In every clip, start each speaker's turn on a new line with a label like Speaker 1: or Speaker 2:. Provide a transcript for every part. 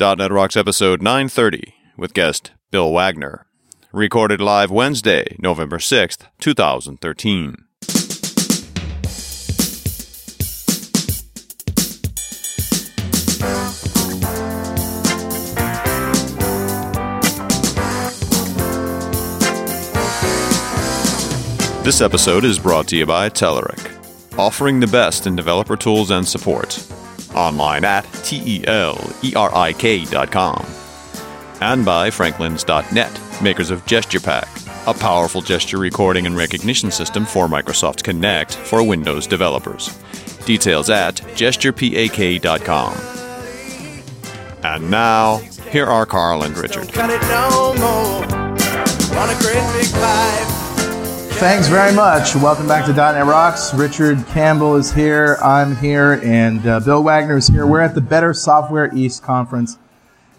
Speaker 1: .NET Rocks episode 930 with guest Bill Wagner. Recorded live Wednesday, November 6th, 2013. This episode is brought to you by Telerik, offering the best in developer tools and support. Online at E telerik.com. And by Franklins.net, makers of Gesture Pack, a powerful gesture recording and recognition system for Microsoft Connect for Windows developers. Details at gesturepak.com. And now, here are Carl and Richard.
Speaker 2: Don't cut it no more. Want a great big five.
Speaker 3: Thanks very much. Welcome back to .NET Rocks. Richard Campbell is here. I'm here, and uh, Bill Wagner is here. We're at the Better Software East conference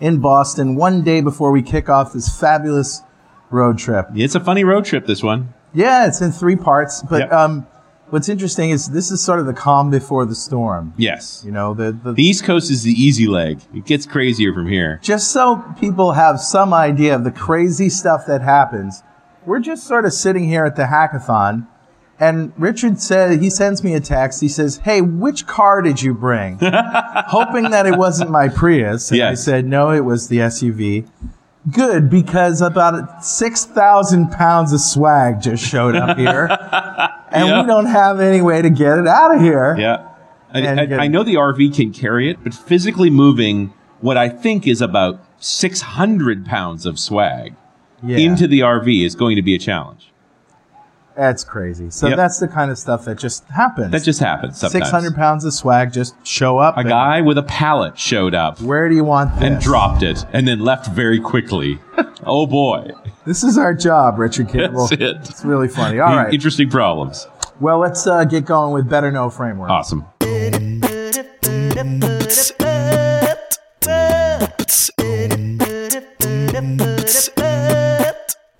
Speaker 3: in Boston, one day before we kick off this fabulous road trip.
Speaker 4: It's a funny road trip, this one.
Speaker 3: Yeah, it's in three parts, but
Speaker 4: Yep.
Speaker 3: um, what's interesting is this is sort of the calm before the storm.
Speaker 4: Yes.
Speaker 3: You know, the, the
Speaker 4: The East Coast is the easy leg. It gets crazier from here.
Speaker 3: just so people have some idea of the crazy stuff that happens, we're just sort of sitting here at the hackathon. And Richard said, he sends me a text. He says, Hey, which car did you bring? Hoping that it wasn't my Prius. And I
Speaker 4: Yes.
Speaker 3: said, No, it was the SUV. Good, because about 6,000 pounds of swag just showed up here. and
Speaker 4: Yeah.
Speaker 3: we don't have any way to get it out of here.
Speaker 4: Yeah. I,
Speaker 3: And good.
Speaker 4: I, I know the RV can carry it, but physically moving what I think is about 600 pounds of swag
Speaker 3: Yeah.
Speaker 4: into the RV is going to be a challenge.
Speaker 3: that's crazy. So
Speaker 4: Yep.
Speaker 3: that's the kind of stuff that just happens.
Speaker 4: That just happens sometimes.
Speaker 3: Six hundred pounds of swag just show up.
Speaker 4: A
Speaker 3: and
Speaker 4: guy with a pallet showed up
Speaker 3: Where do you want this?
Speaker 4: and dropped it and then left very quickly. oh, boy.
Speaker 3: This is our job, Richard Campbell.
Speaker 4: That's it.
Speaker 3: It's really funny. All right.
Speaker 4: Interesting problems.
Speaker 3: Well, let's uh, get going with Better Know Framework.
Speaker 4: Awesome.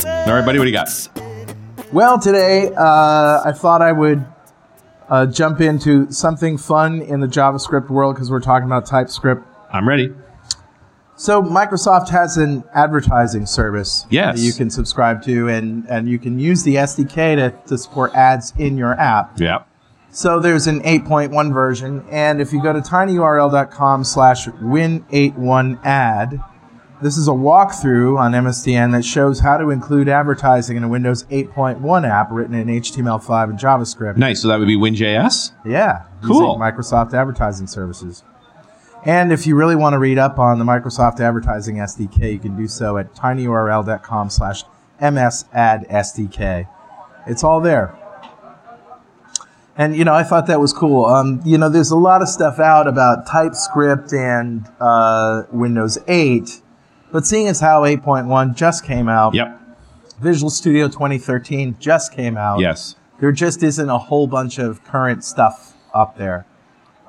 Speaker 4: All right, buddy, what do you got?
Speaker 3: Well, today uh, I thought I would uh, jump into something fun in the JavaScript world because we're talking about TypeScript.
Speaker 4: I'm ready.
Speaker 3: So Microsoft has an advertising service
Speaker 4: Yes.
Speaker 3: that you can subscribe to, and, and you can use the SDK to, to support ads in your app.
Speaker 4: Yeah.
Speaker 3: So there's an 8.1 version, and if you go to tinyurl.com slash win81ad, this is a walkthrough on MSDN that shows how to include advertising in a Windows 8.1 app written in HTML5 and JavaScript.
Speaker 4: Nice. So that would be WinJS.
Speaker 3: Yeah.
Speaker 4: Cool.
Speaker 3: using Microsoft Advertising Services. And if you really want to read up on the Microsoft Advertising SDK, you can do so at tinyurl.com slash msadsdk. It's all there. And, you know, I thought that was cool. Um, you know, there's a lot of stuff out about TypeScript and uh, Windows 8, but seeing as how 8.1 just came out,
Speaker 4: Yep.
Speaker 3: Visual Studio 2013 just came out
Speaker 4: Yes.
Speaker 3: there just isn't a whole bunch of current stuff up there.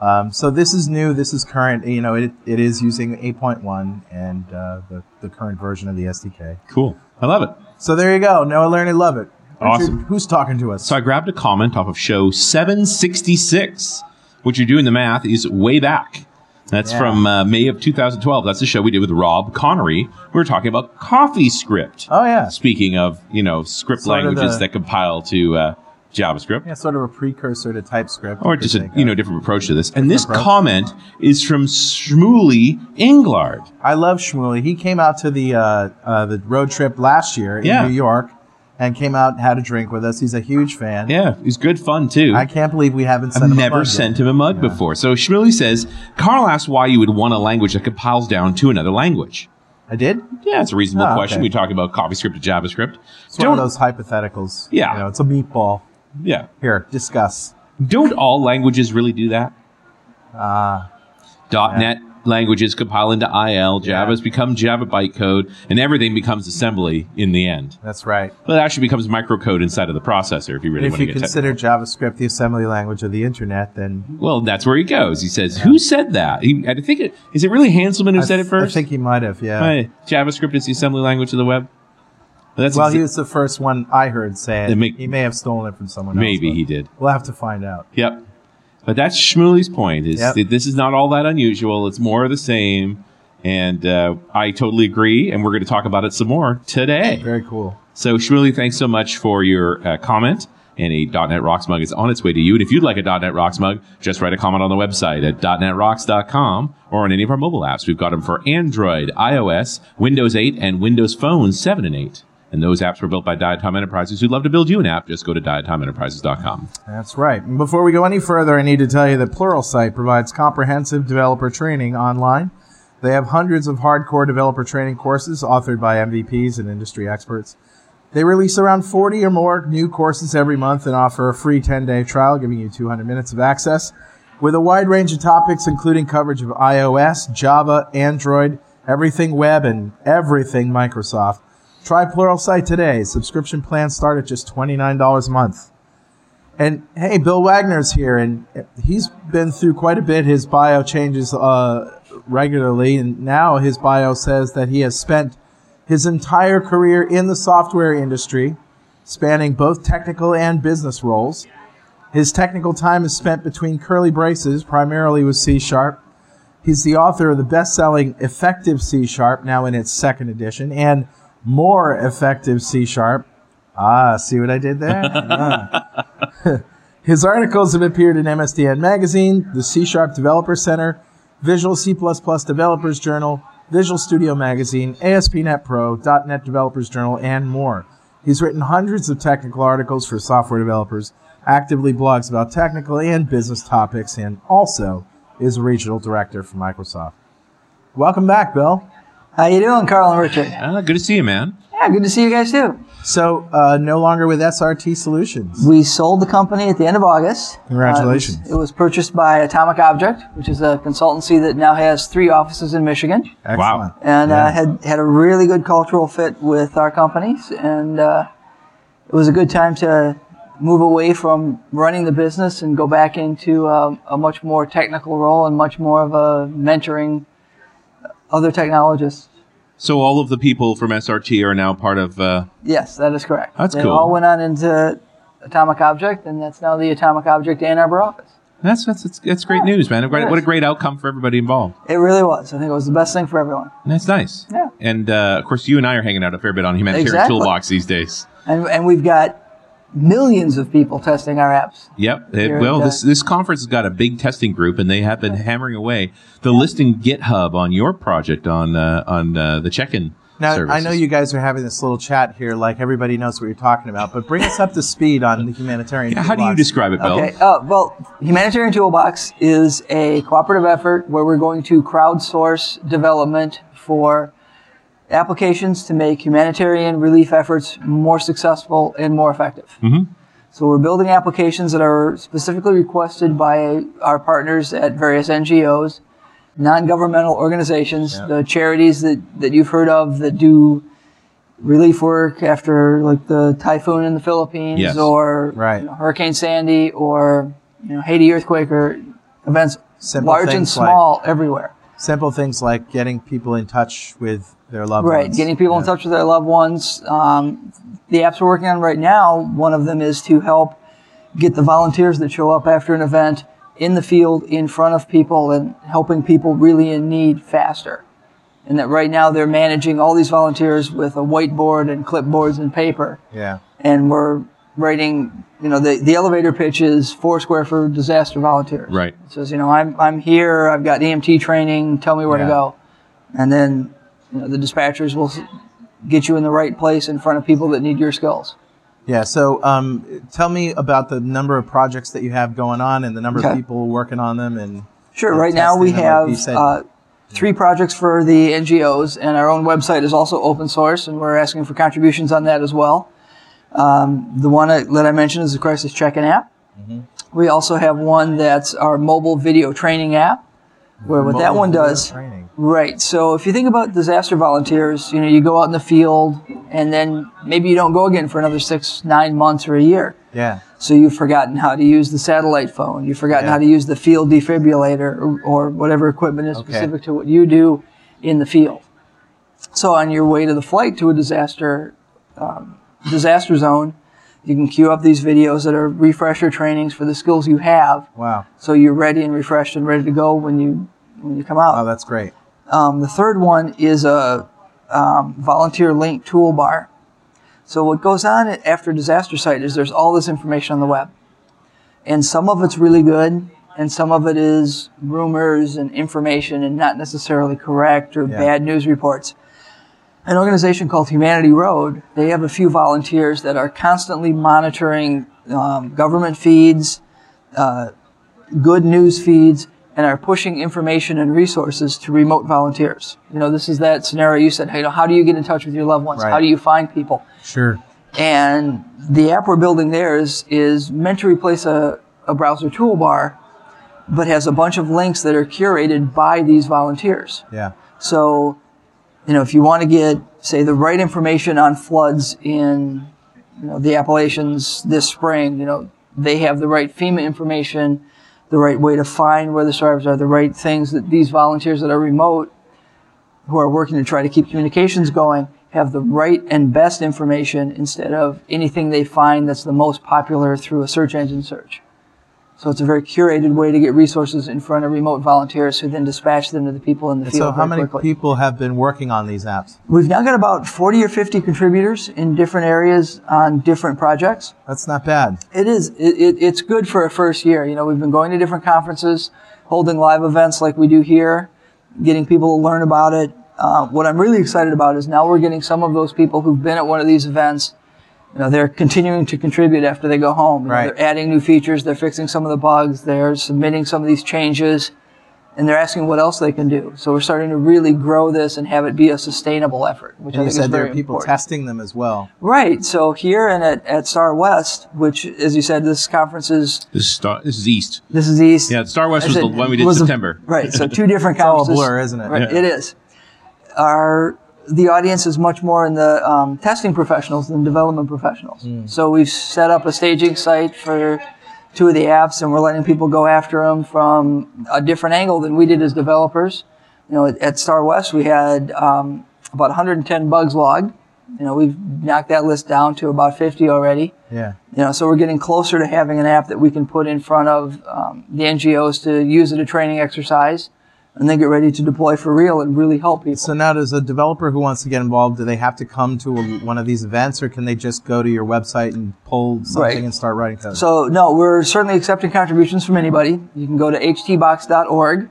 Speaker 3: Um, so this is new. This is current. You know, it, it is using 8.1 and uh, the, the current version of the SDK.
Speaker 4: Cool. I love it.
Speaker 3: So there you go. Noah Learned Love It.
Speaker 4: Awesome.
Speaker 3: Who's talking to us?
Speaker 4: So I grabbed a comment off of show 766. What you're doing the math is way back. That's
Speaker 3: Yeah.
Speaker 4: from uh, May of 2012. That's the show we did with Rob Connery. We were talking about CoffeeScript.
Speaker 3: Oh, yeah.
Speaker 4: Speaking of, you know, script
Speaker 3: Sort of
Speaker 4: languages
Speaker 3: the-
Speaker 4: that compile to uh, JavaScript.
Speaker 3: Yeah, sort of a precursor to TypeScript.
Speaker 4: Or
Speaker 3: you could
Speaker 4: just a
Speaker 3: think
Speaker 4: you
Speaker 3: of.
Speaker 4: know different approach to this, and this
Speaker 3: approach.
Speaker 4: comment is from Shmuley Englard.
Speaker 3: I love Shmuley. He came out to the uh, uh, the road trip last year in
Speaker 4: Yeah.
Speaker 3: New York and came out and had a drink with us. He's a huge fan.
Speaker 4: Yeah, he's good fun too.
Speaker 3: I can't believe we haven't sent
Speaker 4: I've
Speaker 3: him a
Speaker 4: never
Speaker 3: mug yet.
Speaker 4: sent him a mug before. So Shmuley says, Carl asks why you would want a language that compiles down to another language.
Speaker 3: I did.
Speaker 4: Yeah, it's a reasonable
Speaker 3: Ah,
Speaker 4: question.
Speaker 3: okay.
Speaker 4: We talk about CoffeeScript to JavaScript.
Speaker 3: It's one
Speaker 4: Don't,
Speaker 3: of those hypotheticals.
Speaker 4: Yeah.
Speaker 3: You know, it's a meatball.
Speaker 4: yeah.
Speaker 3: Here, discuss.
Speaker 4: Don't all languages really do that?
Speaker 3: Uh,
Speaker 4: .NET languages compile into IL, Java's become Java bytecode, and everything becomes assembly in the end.
Speaker 3: that's right.
Speaker 4: But it actually becomes microcode inside of the processor if you really
Speaker 3: If
Speaker 4: want to
Speaker 3: you
Speaker 4: get
Speaker 3: consider JavaScript the assembly language of the internet, then
Speaker 4: technical. Well, that's where he goes. He says, "Who said that?" He, I think it is it really Hanselman who
Speaker 3: I,
Speaker 4: said it
Speaker 3: th-
Speaker 4: first.
Speaker 3: I think he might have. Yeah.
Speaker 4: Hey, JavaScript is the assembly language of the web. That's
Speaker 3: Well,
Speaker 4: exa-
Speaker 3: he was the first one I heard say it.
Speaker 4: It make-
Speaker 3: he may have stolen it from someone else.
Speaker 4: maybe
Speaker 3: but
Speaker 4: he did.
Speaker 3: We'll have to find out.
Speaker 4: Yep. But that's Shmuley's point is
Speaker 3: Yep.
Speaker 4: that this is not all that unusual. It's more of the same. And uh, I totally agree. And we're going to talk about it some more today.
Speaker 3: Very cool.
Speaker 4: So, Shmuley, thanks so much for your uh, comment. And a .NET Rocks mug is on its way to you. And if you'd like a .NET Rocks mug, just write a comment on the website at .NETRocks.com or on any of our mobile apps. We've got them for Android, iOS, Windows 8, and Windows Phone 7 and 8. And those apps were built by Diatom Enterprises, who'd love to build you an app. Just go to diatomenterprises.com.
Speaker 3: That's right. And before we go any further, I need to tell you that Pluralsight provides comprehensive developer training online. They have hundreds of hardcore developer training courses authored by MVPs and industry experts. They release around 40 or more new courses every month and offer a free 10 day trial, giving you 200 minutes of access with a wide range of topics, including coverage of iOS, Java, Android, everything web, and everything Microsoft. Try Pluralsight today. Subscription plans start at just $29 a month. And hey, Bill Wagner's here, and he's been through quite a bit. His bio changes uh, regularly, and now his bio says that he has spent his entire career in the software industry, spanning both technical and business roles. His technical time is spent between curly braces, primarily with C Sharp. He's the author of the best selling Effective C Sharp, now in its second edition, and More Effective C Sharp. Ah, see what I did there? Ah. His articles have appeared in MSDN Magazine, the C Sharp Developer Center, Visual C++ Developers Journal, Visual Studio Magazine, ASP.NET Pro, .NET Developers Journal, and more. He's written hundreds of technical articles for software developers, actively blogs about technical and business topics, and also is a regional director for Microsoft. Welcome back, Bill.
Speaker 5: How you doing, Carl and Richard?
Speaker 4: Ah, good to see you, man.
Speaker 5: Yeah, good to see you guys too.
Speaker 3: So, uh, no longer with SRT Solutions.
Speaker 5: We sold the company at the end of August.
Speaker 3: Congratulations.
Speaker 5: Uh, it, was, it was purchased by Atomic Object, which is a consultancy that now has three offices in Michigan,
Speaker 3: Excellent.
Speaker 5: and
Speaker 3: Yeah.
Speaker 5: uh, had had a really good cultural fit with our companies, and uh, it was a good time to move away from running the business and go back into uh, a much more technical role and much more of a mentoring other technologists.
Speaker 4: So, all of the people from SRT are now part of. Uh,
Speaker 5: Yes, that is correct.
Speaker 4: That's
Speaker 5: they
Speaker 4: cool.
Speaker 5: all went on into Atomic Object, and that's now the Atomic Object Ann Arbor office.
Speaker 4: that's, that's, that's, that's great news, man. A great, What a great outcome for everybody involved.
Speaker 5: It really was. I think it was the best thing for everyone.
Speaker 4: That's nice.
Speaker 5: Yeah.
Speaker 4: And uh, of course, you and I are hanging out a fair bit on Humanitarian
Speaker 5: Exactly.
Speaker 4: Toolbox these days.
Speaker 5: And, and we've got millions of people testing our apps.
Speaker 4: Yep. It-
Speaker 5: Here it
Speaker 4: well, this
Speaker 5: goes.
Speaker 4: this conference has got a big testing group, and they have been hammering away. The listing GitHub on your project on uh, on uh, the check-in.
Speaker 3: Now, I
Speaker 4: services.
Speaker 3: know you guys are having this little chat here, like everybody knows what you're talking about, but bring us up to speed on the humanitarian.
Speaker 4: How do you
Speaker 3: toolbox.
Speaker 4: describe it, Bill?
Speaker 5: Okay. Uh, well, Humanitarian Toolbox is a cooperative effort where we're going to crowdsource development for applications to make humanitarian relief efforts more successful and more effective.
Speaker 4: Mm-hmm.
Speaker 5: So we're building applications that are specifically requested by our partners at various NGOs, non-governmental organizations, the charities that, that you've heard of that do relief work after like the typhoon in the Philippines
Speaker 4: Yes.
Speaker 5: or
Speaker 3: Right.
Speaker 5: you know, Hurricane Sandy or you know, Haiti earthquake or events
Speaker 3: Simple
Speaker 5: large and
Speaker 3: things like-
Speaker 5: small everywhere.
Speaker 3: Simple things like getting people in touch with their loved
Speaker 5: Right,
Speaker 3: ones.
Speaker 5: getting people in touch with their loved ones. Um, the apps we're working on right now, one of them is to help get the volunteers that show up after an event in the field, in front of people, and helping people really in need faster. And that right now they're managing all these volunteers with a whiteboard and clipboards and paper.
Speaker 3: Yeah.
Speaker 5: And we're writing, you know, the, the elevator pitch is Foursquare for disaster volunteers.
Speaker 4: Right.
Speaker 5: It says, you know, I'm, I'm here, I've got EMT training, tell me where
Speaker 3: Yeah.
Speaker 5: to go. And then you know, the dispatchers will s- get you in the right place in front of people that need your skills.
Speaker 3: Yeah. So, um, tell me about the number of projects that you have going on and the number of
Speaker 5: Okay.
Speaker 3: people working on them. And
Speaker 5: Sure.
Speaker 3: and
Speaker 5: Right now we
Speaker 3: testing them, like
Speaker 5: have
Speaker 3: you said.
Speaker 5: uh, three projects for the NGOs, and our own website is also open source, and we're asking for contributions on that as well. Um, the one I- that I mentioned is the Crisis Check-in app.
Speaker 3: Mm-hmm.
Speaker 5: We also have one that's our mobile video training app, where what that
Speaker 3: Mobile
Speaker 5: one
Speaker 3: video
Speaker 5: does.
Speaker 3: training.
Speaker 5: Right. So if you think about disaster volunteers, you know, you go out in the field, and then maybe you don't go again for another six, nine months, or a year.
Speaker 3: Yeah.
Speaker 5: So you've forgotten how to use the satellite phone. You've forgotten
Speaker 3: Yeah.
Speaker 5: how to use the field defibrillator or, or whatever equipment is specific to what you do in the field. So on your way to the flight to a disaster um, disaster zone, you can queue up these videos that are refresher trainings for the skills you have,
Speaker 3: Wow.
Speaker 5: so you're ready and refreshed and ready to go when you when you come out.
Speaker 3: Oh, that's great.
Speaker 5: Um, the third one is a um, volunteer link toolbar. So what goes on after disaster site is there's all this information on the web, and some of it's really good, and some of it is rumors and information and not necessarily correct or bad news reports. An organization called Humanity Road, they have a few volunteers that are constantly monitoring um, government feeds, good news feeds and are pushing information and resources to remote volunteers. You know, this is that scenario you said, you know, how do you get in touch with your loved ones?
Speaker 3: Right.
Speaker 5: How do you find people?
Speaker 3: Sure.
Speaker 5: And the app we're building there is, is meant to replace a, a browser toolbar, but has a bunch of links that are curated by these volunteers.
Speaker 3: Yeah.
Speaker 5: So, you know, if you want to get, say, the right information on floods in, you know, the Appalachians this spring, you know, they have the right FEMA information, the right way to find where the survivors are, the right things that these volunteers that are remote, who are working to try to keep communications going, have the right and best information instead of anything they find that's the most popular through a search engine search. So it's a very curated way to get resources in front of remote volunteers who then dispatch them to the people in the field.
Speaker 3: So how
Speaker 5: very
Speaker 3: many
Speaker 5: quickly.
Speaker 3: people have been working on these apps?
Speaker 5: We've now got about 40 or 50 contributors in different areas on different projects.
Speaker 3: That's not bad.
Speaker 5: It is, it, it, it's good for a first year. You know, we've been going to different conferences, holding live events like we do here, getting people to learn about it. Uh, what I'm really excited about is now we're getting some of those people who've been at one of these events. You know, they're continuing to contribute after they go home. You know,
Speaker 3: Right.
Speaker 5: they're adding new features. They're fixing some of the bugs. They're submitting some of these changes and they're asking what else they can do. So we're starting to really grow this and have it be a sustainable effort, which I
Speaker 3: And you
Speaker 5: think is
Speaker 3: said there
Speaker 5: very
Speaker 3: are people
Speaker 5: important.
Speaker 3: testing them as well.
Speaker 5: Right. So here and at, at Star West, which, as you said, this conference is
Speaker 4: This is, Star, this is East.
Speaker 5: this is East.
Speaker 4: Yeah, Star West
Speaker 5: I
Speaker 4: was
Speaker 5: said-
Speaker 4: the one we did in
Speaker 5: was a-
Speaker 4: September.
Speaker 5: right. So two different
Speaker 3: all a
Speaker 5: conferences.
Speaker 3: blur, isn't it?
Speaker 5: Right,
Speaker 4: Yeah.
Speaker 5: It is. Our the audience is much more in the um, testing professionals than development professionals.
Speaker 3: Hmm.
Speaker 5: So we've set up a staging site for two of the apps, and we're letting people go after them from a different angle than we did as developers. You know, at, at Star West, we had um, about 110 bugs logged. You know, we've knocked that list down to about 50 already.
Speaker 3: Yeah.
Speaker 5: You know, so we're getting closer to having an app that we can put in front of um, the NGOs to use at a training exercise, and then get ready to deploy for real and really help people.
Speaker 3: So now, does a developer who wants to get involved, do they have to come to a, one of these events, or can they just go to your website and pull something
Speaker 5: Right.
Speaker 3: and start writing code?
Speaker 5: So no, we're certainly accepting contributions from anybody. You can go to htbox.org,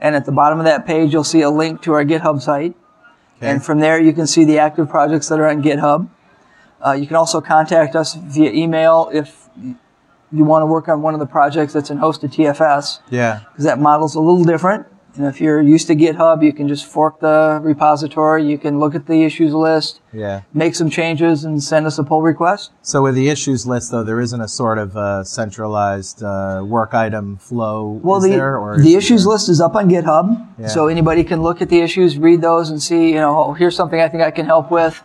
Speaker 5: and at the bottom of that page, you'll see a link to our GitHub site. And from there, you can see the active projects that are on GitHub. Uh, you can also contact us via email if you want to work on one of the projects that's in hosted TFS.
Speaker 3: yeah.
Speaker 5: because that model's a little different. And if you're used to GitHub, you can just fork the repository, you can look at the issues list,
Speaker 3: Yeah.
Speaker 5: make some changes, and send us a pull request.
Speaker 3: So with the issues list, though, there isn't a sort of uh, centralized uh, work item flow.
Speaker 5: Well,
Speaker 3: is
Speaker 5: the,
Speaker 3: there, or is
Speaker 5: the
Speaker 3: it
Speaker 5: issues
Speaker 3: there?
Speaker 5: list is up on GitHub,
Speaker 3: Yeah.
Speaker 5: so anybody can look at the issues, read those, and see, you know, oh, here's something I think I can help with.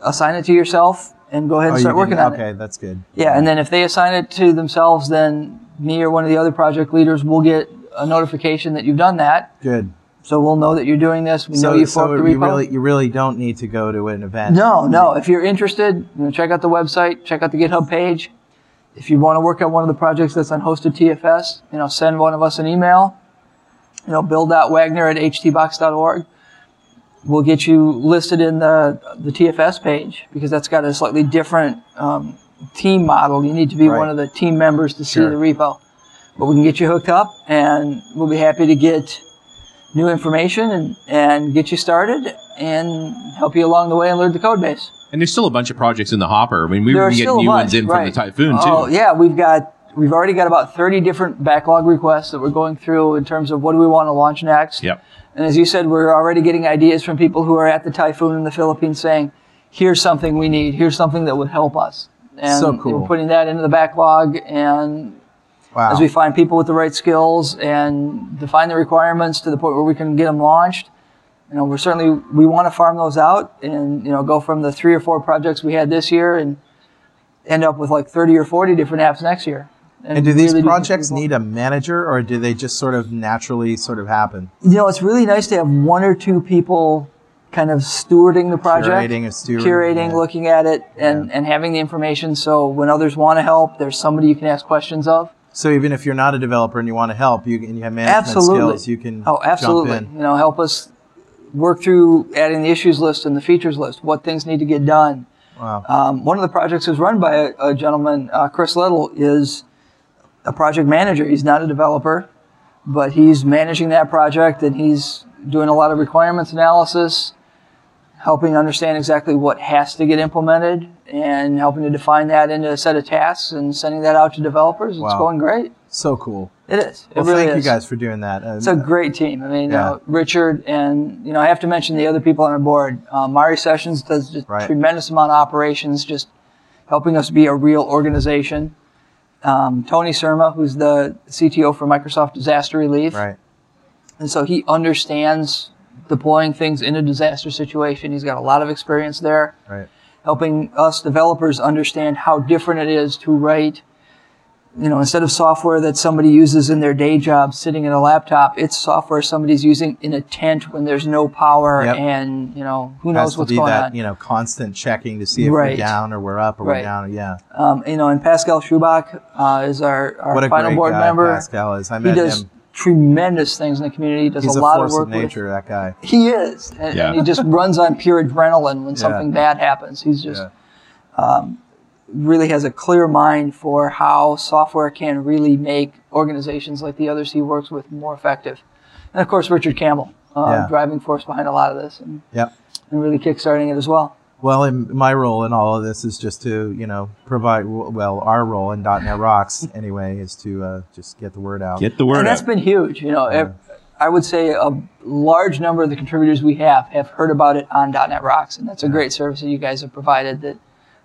Speaker 5: Assign it to yourself and go ahead
Speaker 3: Oh,
Speaker 5: and
Speaker 3: you
Speaker 5: start
Speaker 3: can-
Speaker 5: working on it.
Speaker 3: Okay, that's good.
Speaker 5: Yeah, and then if they assign it to themselves, then me or one of the other project leaders will get a notification that you've done that.
Speaker 3: Good.
Speaker 5: So we'll know that you're doing this. We know
Speaker 3: So,
Speaker 5: you
Speaker 3: so
Speaker 5: forked the repo.
Speaker 3: you really, you really don't need to go to an event.
Speaker 5: No, no. If you're interested, you know, check out the website, check out the GitHub page. If you want to work on one of the projects that's on hosted TFS, you know, send one of us an email. You know, bill.wagner at htbox.org. We'll get you listed in the the TFS page because that's got a slightly different um, team model. You need to be
Speaker 3: Right.
Speaker 5: one of the team members to
Speaker 3: Sure.
Speaker 5: see the repo. But we can get you hooked up, and we'll be happy to get new information and, and get you started and help you along the way and learn the code base.
Speaker 4: And there's still a bunch of projects in the hopper. I mean, we
Speaker 5: There
Speaker 4: were
Speaker 5: are
Speaker 4: getting
Speaker 5: still a
Speaker 4: new
Speaker 5: bunch,
Speaker 4: ones in
Speaker 5: right.
Speaker 4: from the typhoon,
Speaker 5: Oh
Speaker 4: too.
Speaker 5: yeah, we've got we've already got about 30 different backlog requests that we're going through in terms of what do we want to launch next.
Speaker 4: Yep.
Speaker 5: And as you said, we're already getting ideas from people who are at the typhoon in the Philippines saying, "Here's something we need. Here's something that would help us." And
Speaker 3: So cool.
Speaker 5: we're putting that into the backlog and
Speaker 3: Wow.
Speaker 5: as we find people with the right skills and define the requirements to the point where we can get them launched. You know, we're certainly we want to farm those out and you know go from the three or four projects we had this year and end up with like 30 or 40 different apps next year.
Speaker 3: and do these
Speaker 5: really
Speaker 3: projects
Speaker 5: people-
Speaker 3: need a manager, or do they just sort of naturally sort of happen?
Speaker 5: You know, it's really nice to have one or two people kind of stewarding the project,
Speaker 3: Curating and stewarding,
Speaker 5: curating,
Speaker 3: yeah.
Speaker 5: looking at it, and and having the information. So when others want to help, there's somebody you can ask questions of.
Speaker 3: So even if you're not a developer and you want to help, you can, and you have management
Speaker 5: absolutely.
Speaker 3: skills, you can
Speaker 5: oh, absolutely.
Speaker 3: Mm-hmm. jump in.
Speaker 5: You know, help us work through adding the issues list and the features list, what things need to get done.
Speaker 3: Wow.
Speaker 5: Um, one of the projects was run by a, a gentleman, uh, Chris Little, is a project manager. He's not a developer, but he's managing that project and he's doing a lot of requirements analysis, helping understand exactly what has to get implemented and helping to define that into a set of tasks and sending that out to developers. It's
Speaker 3: Wow.
Speaker 5: going great.
Speaker 3: So cool.
Speaker 5: It is. It
Speaker 3: Well,
Speaker 5: really
Speaker 3: thank
Speaker 5: is.
Speaker 3: you guys for doing that. uh,
Speaker 5: It's a great team. I mean,
Speaker 3: Yeah.
Speaker 5: uh, Richard and you know I have to mention the other people on our board. Uh, Mari Sessions does just
Speaker 3: Right.
Speaker 5: tremendous amount of operations, just helping us be a real organization. Um, Tony Surma, who's the CTO for Microsoft Disaster Relief,
Speaker 3: right.
Speaker 5: and so he understands deploying things in a disaster situation. He's got a lot of experience there
Speaker 3: Right.
Speaker 5: helping us developers understand how different it is to write, you know, instead of software that somebody uses in their day job sitting at a laptop, it's software somebody's using in a tent when there's no power
Speaker 3: Yep.
Speaker 5: and, you know, who
Speaker 3: Has
Speaker 5: knows
Speaker 3: to
Speaker 5: what's
Speaker 3: be
Speaker 5: going
Speaker 3: that
Speaker 5: on.
Speaker 3: you know constant checking to see if we're
Speaker 5: Right.
Speaker 3: down or we're up or we're
Speaker 5: Right.
Speaker 3: down. Yeah.
Speaker 5: Um, you know, and Pascal Schubach uh, is our, our
Speaker 3: what a
Speaker 5: final
Speaker 3: great
Speaker 5: board
Speaker 3: guy
Speaker 5: member.
Speaker 3: Pascal is. I
Speaker 5: he
Speaker 3: met
Speaker 5: does
Speaker 3: him.
Speaker 5: tremendous things in the community. He does
Speaker 3: He's a,
Speaker 5: a lot
Speaker 3: force
Speaker 5: of work
Speaker 3: of nature. That guy.
Speaker 5: with. He is, and, and
Speaker 4: Yeah.
Speaker 5: he just runs on pure adrenaline when something bad happens. He's just um,
Speaker 3: Yeah.
Speaker 5: really has a clear mind for how software can really make organizations like the others he works with more effective. And of course, Richard Campbell, uh,
Speaker 3: Yeah.
Speaker 5: driving force behind a lot of this and,
Speaker 3: Yep.
Speaker 5: and really kickstarting it as well.
Speaker 3: Well, and my role in all of this is just to, you know, provide. Well, our role in .NET Rocks anyway is to uh, just get the word out.
Speaker 4: Get the word
Speaker 5: and that's
Speaker 4: out.
Speaker 5: been huge. You know, ev- I would say a large number of the contributors we have have heard about it on .NET Rocks, and that's a great service that you guys have provided that,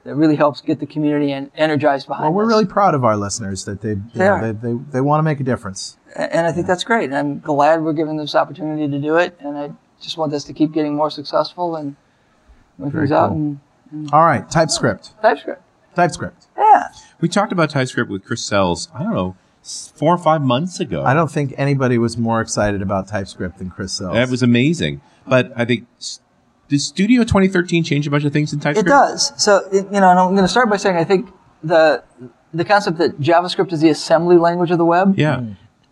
Speaker 5: that really helps get the community en- energized behind
Speaker 3: well, we're
Speaker 5: this.
Speaker 3: really proud of our listeners that they, you
Speaker 5: They
Speaker 3: know,
Speaker 5: are.
Speaker 3: they, they, they want to make a difference.
Speaker 5: A- and I think that's great. And I'm glad we're given this opportunity to do it. And I just want this to keep getting more successful and move
Speaker 3: Very
Speaker 5: things out
Speaker 3: cool.
Speaker 5: and
Speaker 3: All right, TypeScript.
Speaker 5: TypeScript.
Speaker 3: TypeScript.
Speaker 5: Yeah.
Speaker 4: We talked about TypeScript with Chris Sells, I don't know, s- four or five months ago.
Speaker 3: I don't think anybody was more excited about TypeScript than Chris Sells.
Speaker 4: That was amazing. But I think, s- did Studio 2013 change a bunch of things in
Speaker 5: It
Speaker 4: TypeScript?
Speaker 5: does. So, y- you know, and I'm going to start by saying I think the the concept that JavaScript is the assembly language of the web,
Speaker 4: Yeah,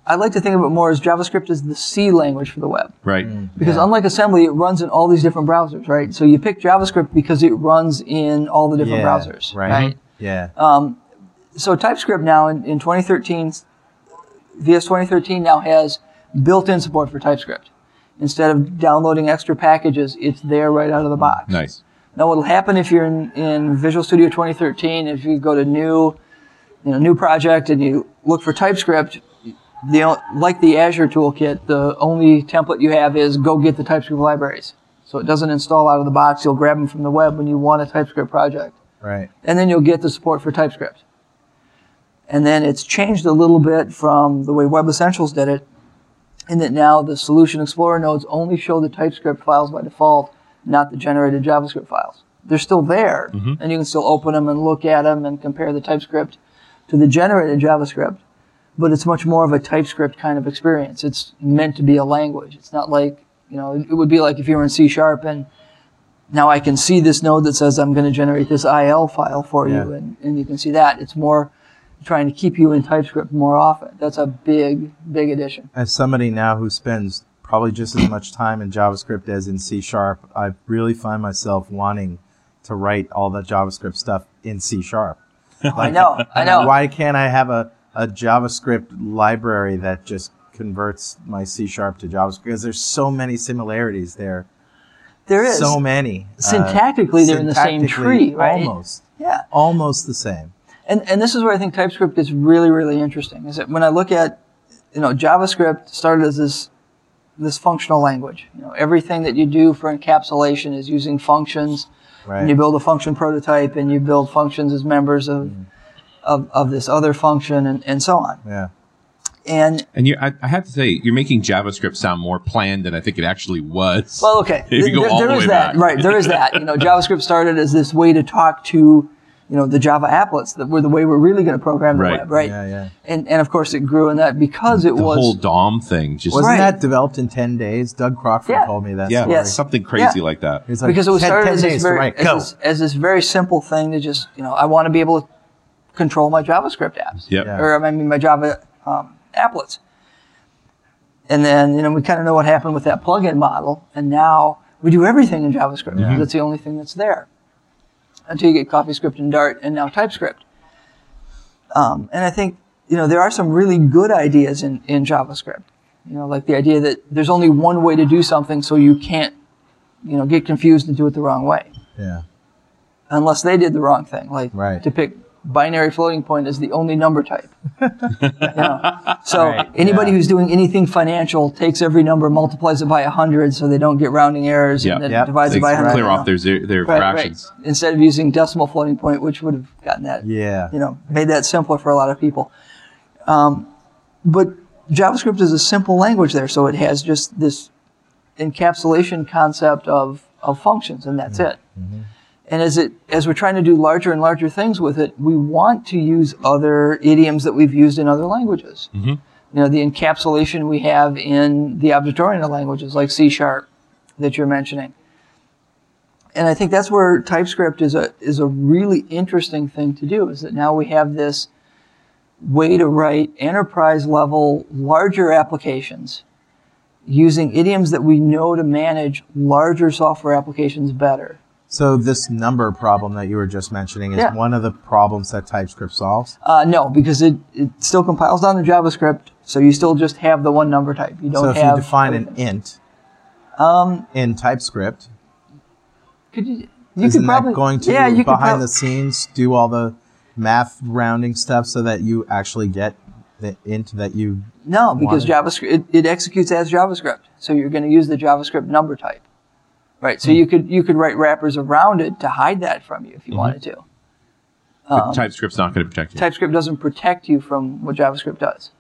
Speaker 5: I like to think of it more as JavaScript is the C language for the web.
Speaker 4: right.
Speaker 5: Because unlike assembly, it runs in all these different browsers, right? So you pick JavaScript because it runs in all the different
Speaker 3: Yeah,
Speaker 5: browsers,
Speaker 3: right?
Speaker 5: right? Uh,
Speaker 3: Yeah.
Speaker 5: so TypeScript now in, in 2013, VS 2013 now has built-in support for TypeScript. Instead of downloading extra packages, it's there right out of the box.
Speaker 4: Nice.
Speaker 5: Now, what'll happen if you're in, in Visual Studio 2013, if you go to new, you know, new project and you look for TypeScript, the, o- like the Azure toolkit, the only template you have is go get the TypeScript libraries. So it doesn't install out of the box. You'll grab them from the web when you want a TypeScript project
Speaker 3: right.
Speaker 5: and then you'll get the support for TypeScript. And then it's changed a little bit from the way Web Essentials did it, in that now the Solution Explorer nodes only show the TypeScript files by default, not the generated JavaScript files. They're still there, and you can still open them and look at them and compare the TypeScript to the generated JavaScript. But it's much more of a TypeScript kind of experience. It's meant to be a language. It's not like, you know, it would be like if you were in C sharp and now I can see this node that says I'm going to generate this IL file for you,
Speaker 3: Yeah.
Speaker 5: and, and you can see that. It's more trying to keep you in TypeScript more often. That's a big, big addition.
Speaker 3: As somebody now who spends probably just as much time in JavaScript as in C sharp, I really find myself wanting to write all the JavaScript stuff in C sharp.
Speaker 5: I know, I know.
Speaker 3: Why can't I have a, a JavaScript library that just converts my C sharp to JavaScript? Because there's so many similarities there.
Speaker 5: There is.
Speaker 3: So many. Uh,
Speaker 5: Syntactically, they're in the same
Speaker 3: syntactically,
Speaker 5: tree, right?
Speaker 3: Almost.
Speaker 5: yeah.
Speaker 3: Almost the same.
Speaker 5: And, and this is where I think TypeScript gets really, really interesting. Is that when I look at, you know, JavaScript started as this, this functional language. You know, everything that you do for encapsulation is using functions.
Speaker 3: Right.
Speaker 5: And you build a function prototype and you build functions as members of,
Speaker 3: Mm.
Speaker 5: of, of this other function and, and so on.
Speaker 3: yeah.
Speaker 5: And
Speaker 4: And you, I, I have to say, you're making JavaScript sound more planned than I think it actually was.
Speaker 5: Well, okay.
Speaker 4: If you go all the
Speaker 5: is
Speaker 4: way
Speaker 5: that,
Speaker 4: back.
Speaker 5: right? There is that. You know, JavaScript started as this way to talk to, you know, the Java applets that were the way we're really going to program the
Speaker 4: Right.
Speaker 5: web, right?
Speaker 3: Yeah, yeah.
Speaker 5: And and of course it grew in that because it
Speaker 4: the
Speaker 5: was
Speaker 4: whole DOM thing just
Speaker 3: Wasn't
Speaker 5: Right.
Speaker 3: that developed in 10 days? Doug Crawford
Speaker 5: Yeah.
Speaker 3: told me that.
Speaker 4: yeah,
Speaker 3: story.
Speaker 5: Yes.
Speaker 4: something crazy
Speaker 5: Yeah.
Speaker 4: like that.
Speaker 3: It's like,
Speaker 5: because it was
Speaker 3: 10,
Speaker 5: started
Speaker 3: 10
Speaker 5: as
Speaker 3: days
Speaker 5: this,
Speaker 3: to
Speaker 5: very,
Speaker 3: write.
Speaker 5: as,
Speaker 3: Go.
Speaker 5: this, as this very simple thing to just you know I want to be able to control my JavaScript apps
Speaker 4: Yep.
Speaker 3: Yeah.
Speaker 5: or I mean my Java um, applets. And then, you know, we kind of know what happened with that plugin model. And now we do everything in JavaScript. That's the only thing that's there until you get CoffeeScript and Dart and now TypeScript. Um, and I think, you know, there are some really good ideas in, in JavaScript. You know, like the idea that there's only one way to do something so you can't, you know, get confused and do it the wrong way
Speaker 3: Yeah.
Speaker 5: unless they did the wrong thing, like
Speaker 3: Right.
Speaker 5: to pick binary floating point as the only number type. Yeah. So
Speaker 3: Right,
Speaker 5: anybody
Speaker 3: yeah.
Speaker 5: who's doing anything financial takes every number, multiplies it by hundred, so they don't get rounding errors,
Speaker 4: Yeah.
Speaker 5: and then
Speaker 3: Yep.
Speaker 5: divides
Speaker 4: They
Speaker 5: it by hundred.
Speaker 4: clear off their ze- their
Speaker 5: Right, right.
Speaker 4: fractions.
Speaker 5: Instead of using decimal floating point, which would have gotten that,
Speaker 3: Yeah.
Speaker 5: you know, made that simpler for a lot of people. Um, but JavaScript is a simple language there, so it has just this encapsulation concept of, of functions, and that's it. And as it as we're trying to do larger and larger things with it, we want to use other idioms that we've used in other languages. You know, the encapsulation we have in the object-oriented languages like C sharp that you're mentioning. And I think that's where TypeScript is a is a really interesting thing to do, is that now we have this way to write enterprise level larger applications using idioms that we know to manage larger software applications better.
Speaker 3: So this number problem that you were just mentioning is
Speaker 5: Yeah.
Speaker 3: one of the problems that TypeScript solves.
Speaker 5: Uh, no, because it, it still compiles down to JavaScript, so you still just have the one number type. You don't
Speaker 3: So if you
Speaker 5: have.
Speaker 3: define an
Speaker 5: everything.
Speaker 3: int in TypeScript,
Speaker 5: could you? You
Speaker 3: isn't
Speaker 5: could probably
Speaker 3: that going to
Speaker 5: yeah, you could
Speaker 3: behind
Speaker 5: prob-
Speaker 3: the scenes do all the math rounding stuff so that you actually get the int that you
Speaker 5: No, because
Speaker 3: Why?
Speaker 5: JavaScript it, it executes as JavaScript, so you're going to use the JavaScript number type, right?
Speaker 3: Hmm.
Speaker 5: So you could you could write wrappers around it to hide that from you if
Speaker 3: Hmm.
Speaker 5: you wanted to. Um,
Speaker 4: But TypeScript's not going to protect you.
Speaker 5: TypeScript doesn't protect you from what JavaScript does.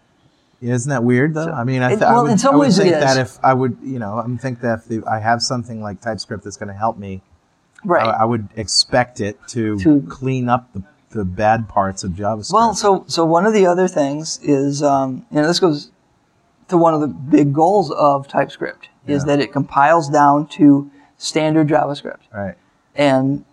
Speaker 3: Isn't that weird though?
Speaker 5: So-
Speaker 3: I mean, I,
Speaker 5: It-
Speaker 3: th- I
Speaker 5: well,
Speaker 3: would,
Speaker 5: in some
Speaker 3: I would
Speaker 5: ways it
Speaker 3: think
Speaker 5: is.
Speaker 3: that if I would, you know, I'm think that if the, I have something like TypeScript that's going to help me, I,
Speaker 5: Right.
Speaker 3: I would expect it to,
Speaker 5: To-
Speaker 3: clean up the, the bad parts of JavaScript.
Speaker 5: Well, so so one of the other things is, um, you know, this goes to one of the big goals of TypeScript is
Speaker 3: Yeah.
Speaker 5: that it compiles down to standard JavaScript,
Speaker 3: right,
Speaker 5: and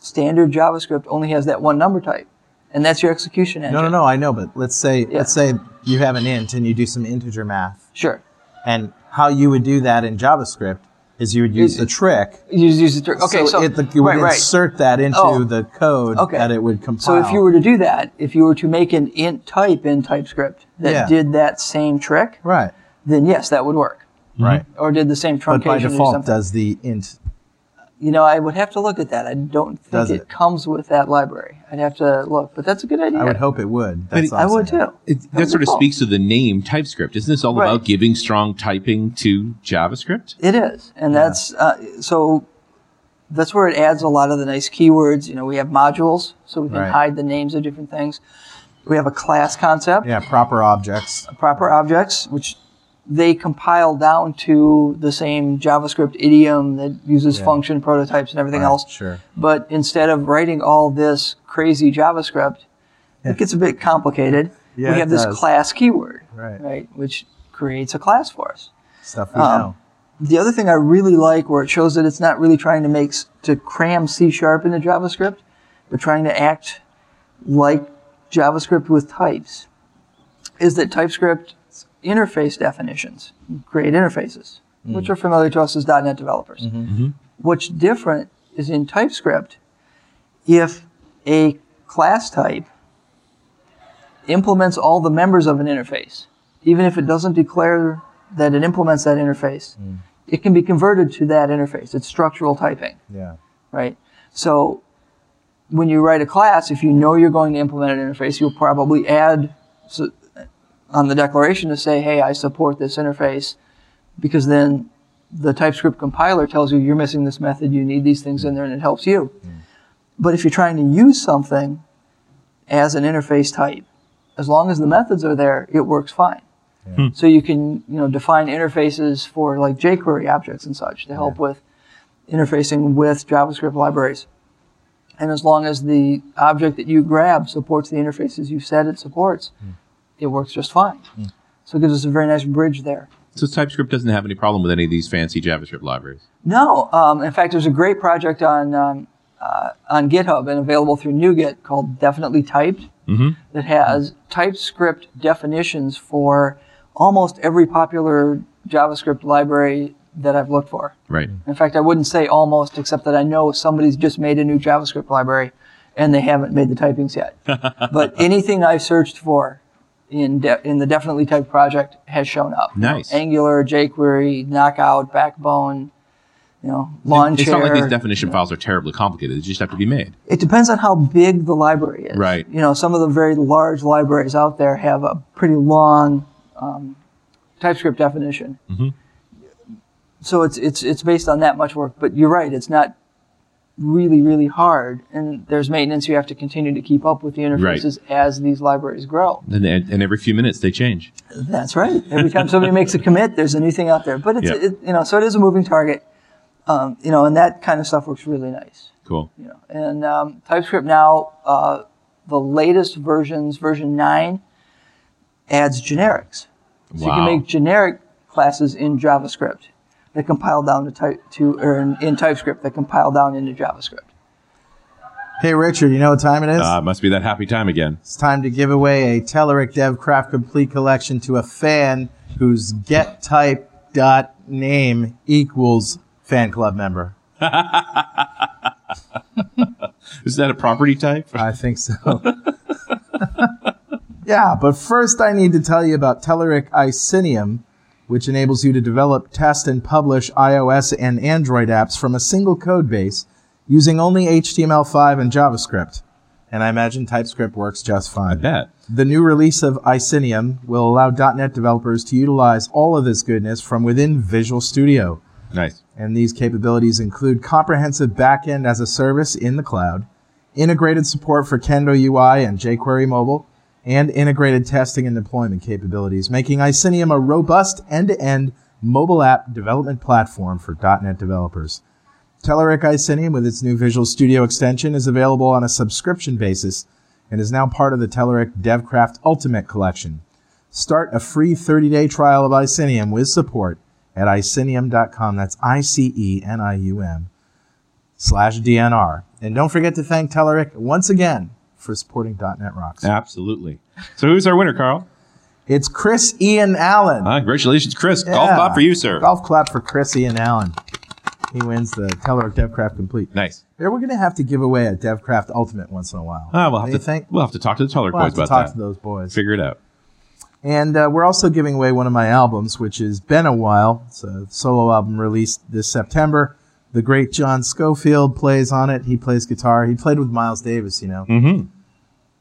Speaker 5: standard JavaScript only has that one number type, and that's your execution engine.
Speaker 3: no, no, no, I know, but let's say
Speaker 5: Yeah.
Speaker 3: let's say you have an int and you do some integer math,
Speaker 5: Sure.
Speaker 3: and how you would do that in JavaScript is you would use the trick.
Speaker 5: You just use the term. Okay, so,
Speaker 3: it, the, you would
Speaker 5: right, right.
Speaker 3: insert that into
Speaker 5: Oh.
Speaker 3: the code
Speaker 5: Okay.
Speaker 3: that it would compile.
Speaker 5: So if you were to do that, if you were to make an int type in TypeScript that
Speaker 3: Yeah.
Speaker 5: did that same trick,
Speaker 3: right,
Speaker 5: then yes, that would work.
Speaker 3: right,
Speaker 5: Or did the same truncation
Speaker 3: but by
Speaker 5: or
Speaker 3: default
Speaker 5: something.
Speaker 3: does the int
Speaker 5: You know, I would have to look at that. I don't think
Speaker 3: Does
Speaker 5: it,
Speaker 3: it?
Speaker 5: comes with that library. I'd have to look, but that's a good idea.
Speaker 3: I would hope it would. That's
Speaker 4: it-
Speaker 3: all
Speaker 5: I
Speaker 3: I'm
Speaker 5: would
Speaker 3: saying.
Speaker 5: too.
Speaker 4: It, that sort of
Speaker 5: Wonderful.
Speaker 4: speaks to the name TypeScript. Isn't this all
Speaker 5: Right.
Speaker 4: about giving strong typing to JavaScript?
Speaker 5: It is, and that's uh, so. That's where it adds a lot of the nice keywords. You know, we have modules, so we can
Speaker 3: Right.
Speaker 5: hide the names of different things. We have a class concept,
Speaker 3: Yeah, proper objects.
Speaker 5: proper objects, which they compile down to the same JavaScript idiom that uses function prototypes and everything
Speaker 3: Right,
Speaker 5: else.
Speaker 3: Sure.
Speaker 5: But instead of writing all this crazy JavaScript, it gets a bit complicated.
Speaker 3: Yeah,
Speaker 5: we
Speaker 3: it
Speaker 5: have this
Speaker 3: does.
Speaker 5: class keyword,
Speaker 3: Right.
Speaker 5: which creates a class for us.
Speaker 3: Stuff we know.
Speaker 5: The other thing I really like, where it shows that it's not really trying to make s- to cram C sharp into JavaScript, but trying to act like JavaScript with types, is that TypeScript interface definitions create interfaces, which are familiar to us as .NET developers. What's different is in TypeScript, if a class type implements all the members of an interface, even if it doesn't declare that it implements that interface, it can be converted to that interface. It's structural typing,
Speaker 3: Yeah.
Speaker 5: right? So when you write a class, if you know you're going to implement an interface, you'll probably add s- on the declaration to say, hey, I support this interface, because then the TypeScript compiler tells you you're missing this method, you need these things in there, and it helps you. But if you're trying to use something as an interface type, as long as the methods are there, it works fine. So you can, you know, define interfaces for like jQuery objects and such to help with interfacing with JavaScript libraries. And as long as the object that you grab supports the interfaces you said it supports, it works just fine. So it gives us a very nice bridge there.
Speaker 4: So TypeScript doesn't have any problem with any of these fancy JavaScript libraries.
Speaker 5: No, um, in fact, there's a great project on um, uh, on GitHub and available through NuGet called Definitely Typed that has TypeScript definitions for almost every popular JavaScript library that I've looked for.
Speaker 4: Right.
Speaker 5: In fact, I wouldn't say almost, except that I know somebody's just made a new JavaScript library and they haven't made the typings yet. but anything I've searched for in, de- in the definitely typed project has shown up.
Speaker 4: Nice.
Speaker 5: Angular, jQuery, Knockout, Backbone, you know, Lawn
Speaker 4: it's
Speaker 5: Chair.
Speaker 4: not like these definition files are terribly complicated. They just have to be made.
Speaker 5: it depends on how big the library is.
Speaker 4: Right.
Speaker 5: You know, some of the very large libraries out there have a pretty long um, TypeScript definition.
Speaker 4: Mm-hmm.
Speaker 5: So it's it's it's based on that much work. But you're right; it's not really really hard, and there's maintenance you have to continue to keep up with the interfaces as these libraries grow.
Speaker 4: And, and, and every few minutes they change.
Speaker 5: That's right. Every time somebody makes a commit, there's a new thing out there. But it's
Speaker 4: Yeah.
Speaker 5: it, you know, so it is a moving target. Um, you know, and that kind of stuff works really nice.
Speaker 4: Cool.
Speaker 5: You know, and um, TypeScript now, uh, the latest versions, version nine, adds generics. So you
Speaker 4: Wow.
Speaker 5: can make generic classes in JavaScript that compile down to type to or in, in TypeScript that compile down into JavaScript.
Speaker 3: Hey, Richard, you know what time it is?
Speaker 4: Uh, must be that happy time again.
Speaker 3: It's time to give away a Telerik DevCraft Complete Collection to a fan whose gettype.name equals fan club member.
Speaker 4: Is that a property type?
Speaker 3: I think so. yeah, but first I need to tell you about Telerik Icinium, which enables you to develop, test, and publish iOS and Android apps from a single code base using only HTML5 and JavaScript. And I imagine TypeScript works just fine.
Speaker 4: Bet.
Speaker 3: The new release of Icinium will allow .NET developers to utilize all of this goodness from within Visual Studio.
Speaker 4: Nice.
Speaker 3: And these capabilities include comprehensive backend as a service in the cloud, integrated support for Kendo UI and jQuery mobile, and integrated testing and deployment capabilities, making Icinium a robust end-to-end mobile app development platform for .NET developers. Telerik Icinium with its new Visual Studio extension is available on a subscription basis and is now part of the Telerik DevCraft Ultimate Collection. Start a free 30-day trial of Icinium with support at icinium.com. That's E I-C-E-N-I-U-M slash DNR. And don't forget to thank Telerik once again for supporting .NET Rocks.
Speaker 4: Absolutely. So who's our winner, Carl?
Speaker 3: It's Chris Ian Allen.
Speaker 4: Uh, congratulations, Chris. Golf
Speaker 3: Yeah.
Speaker 4: clap for you, sir.
Speaker 3: Golf clap for Chris Ian Allen. He wins the Telerik DevCraft Complete.
Speaker 4: Nice.
Speaker 3: Here, we're going to have to give away a DevCraft Ultimate once in a while.
Speaker 4: Ah, we'll have
Speaker 3: Don't you
Speaker 4: to we'll have to talk to the taller
Speaker 3: We'll have
Speaker 4: boys
Speaker 3: to
Speaker 4: about
Speaker 3: talk
Speaker 4: that.
Speaker 3: to those boys.
Speaker 4: Figure it out.
Speaker 3: And uh, we're also giving away one of my albums, which has been a while. It's a solo album released this September. The great John Schofield plays on it. He plays guitar. He played with Miles Davis, you know. Mm-hmm.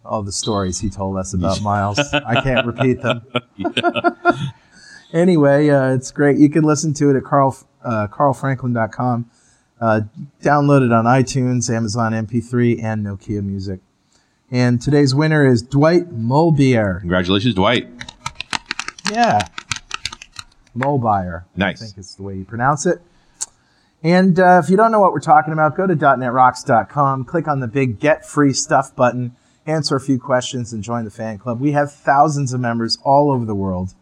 Speaker 3: All the stories he told us about Miles. I can't repeat them. anyway, uh, it's great. You can listen to it at Carl, uh, carlfranklin.com. Uh, download it on iTunes, Amazon MP3, and Nokia Music. And today's winner is Dwight Mulbeer.
Speaker 4: Congratulations, Dwight.
Speaker 3: Yeah. Mobier.
Speaker 4: Nice.
Speaker 3: I think it's the way you pronounce it. And uh, if you don't know what we're talking about, go to .NETRocks.com, click on the big Get Free Stuff button, answer a few questions, and join the fan club. We have thousands of members all over the world.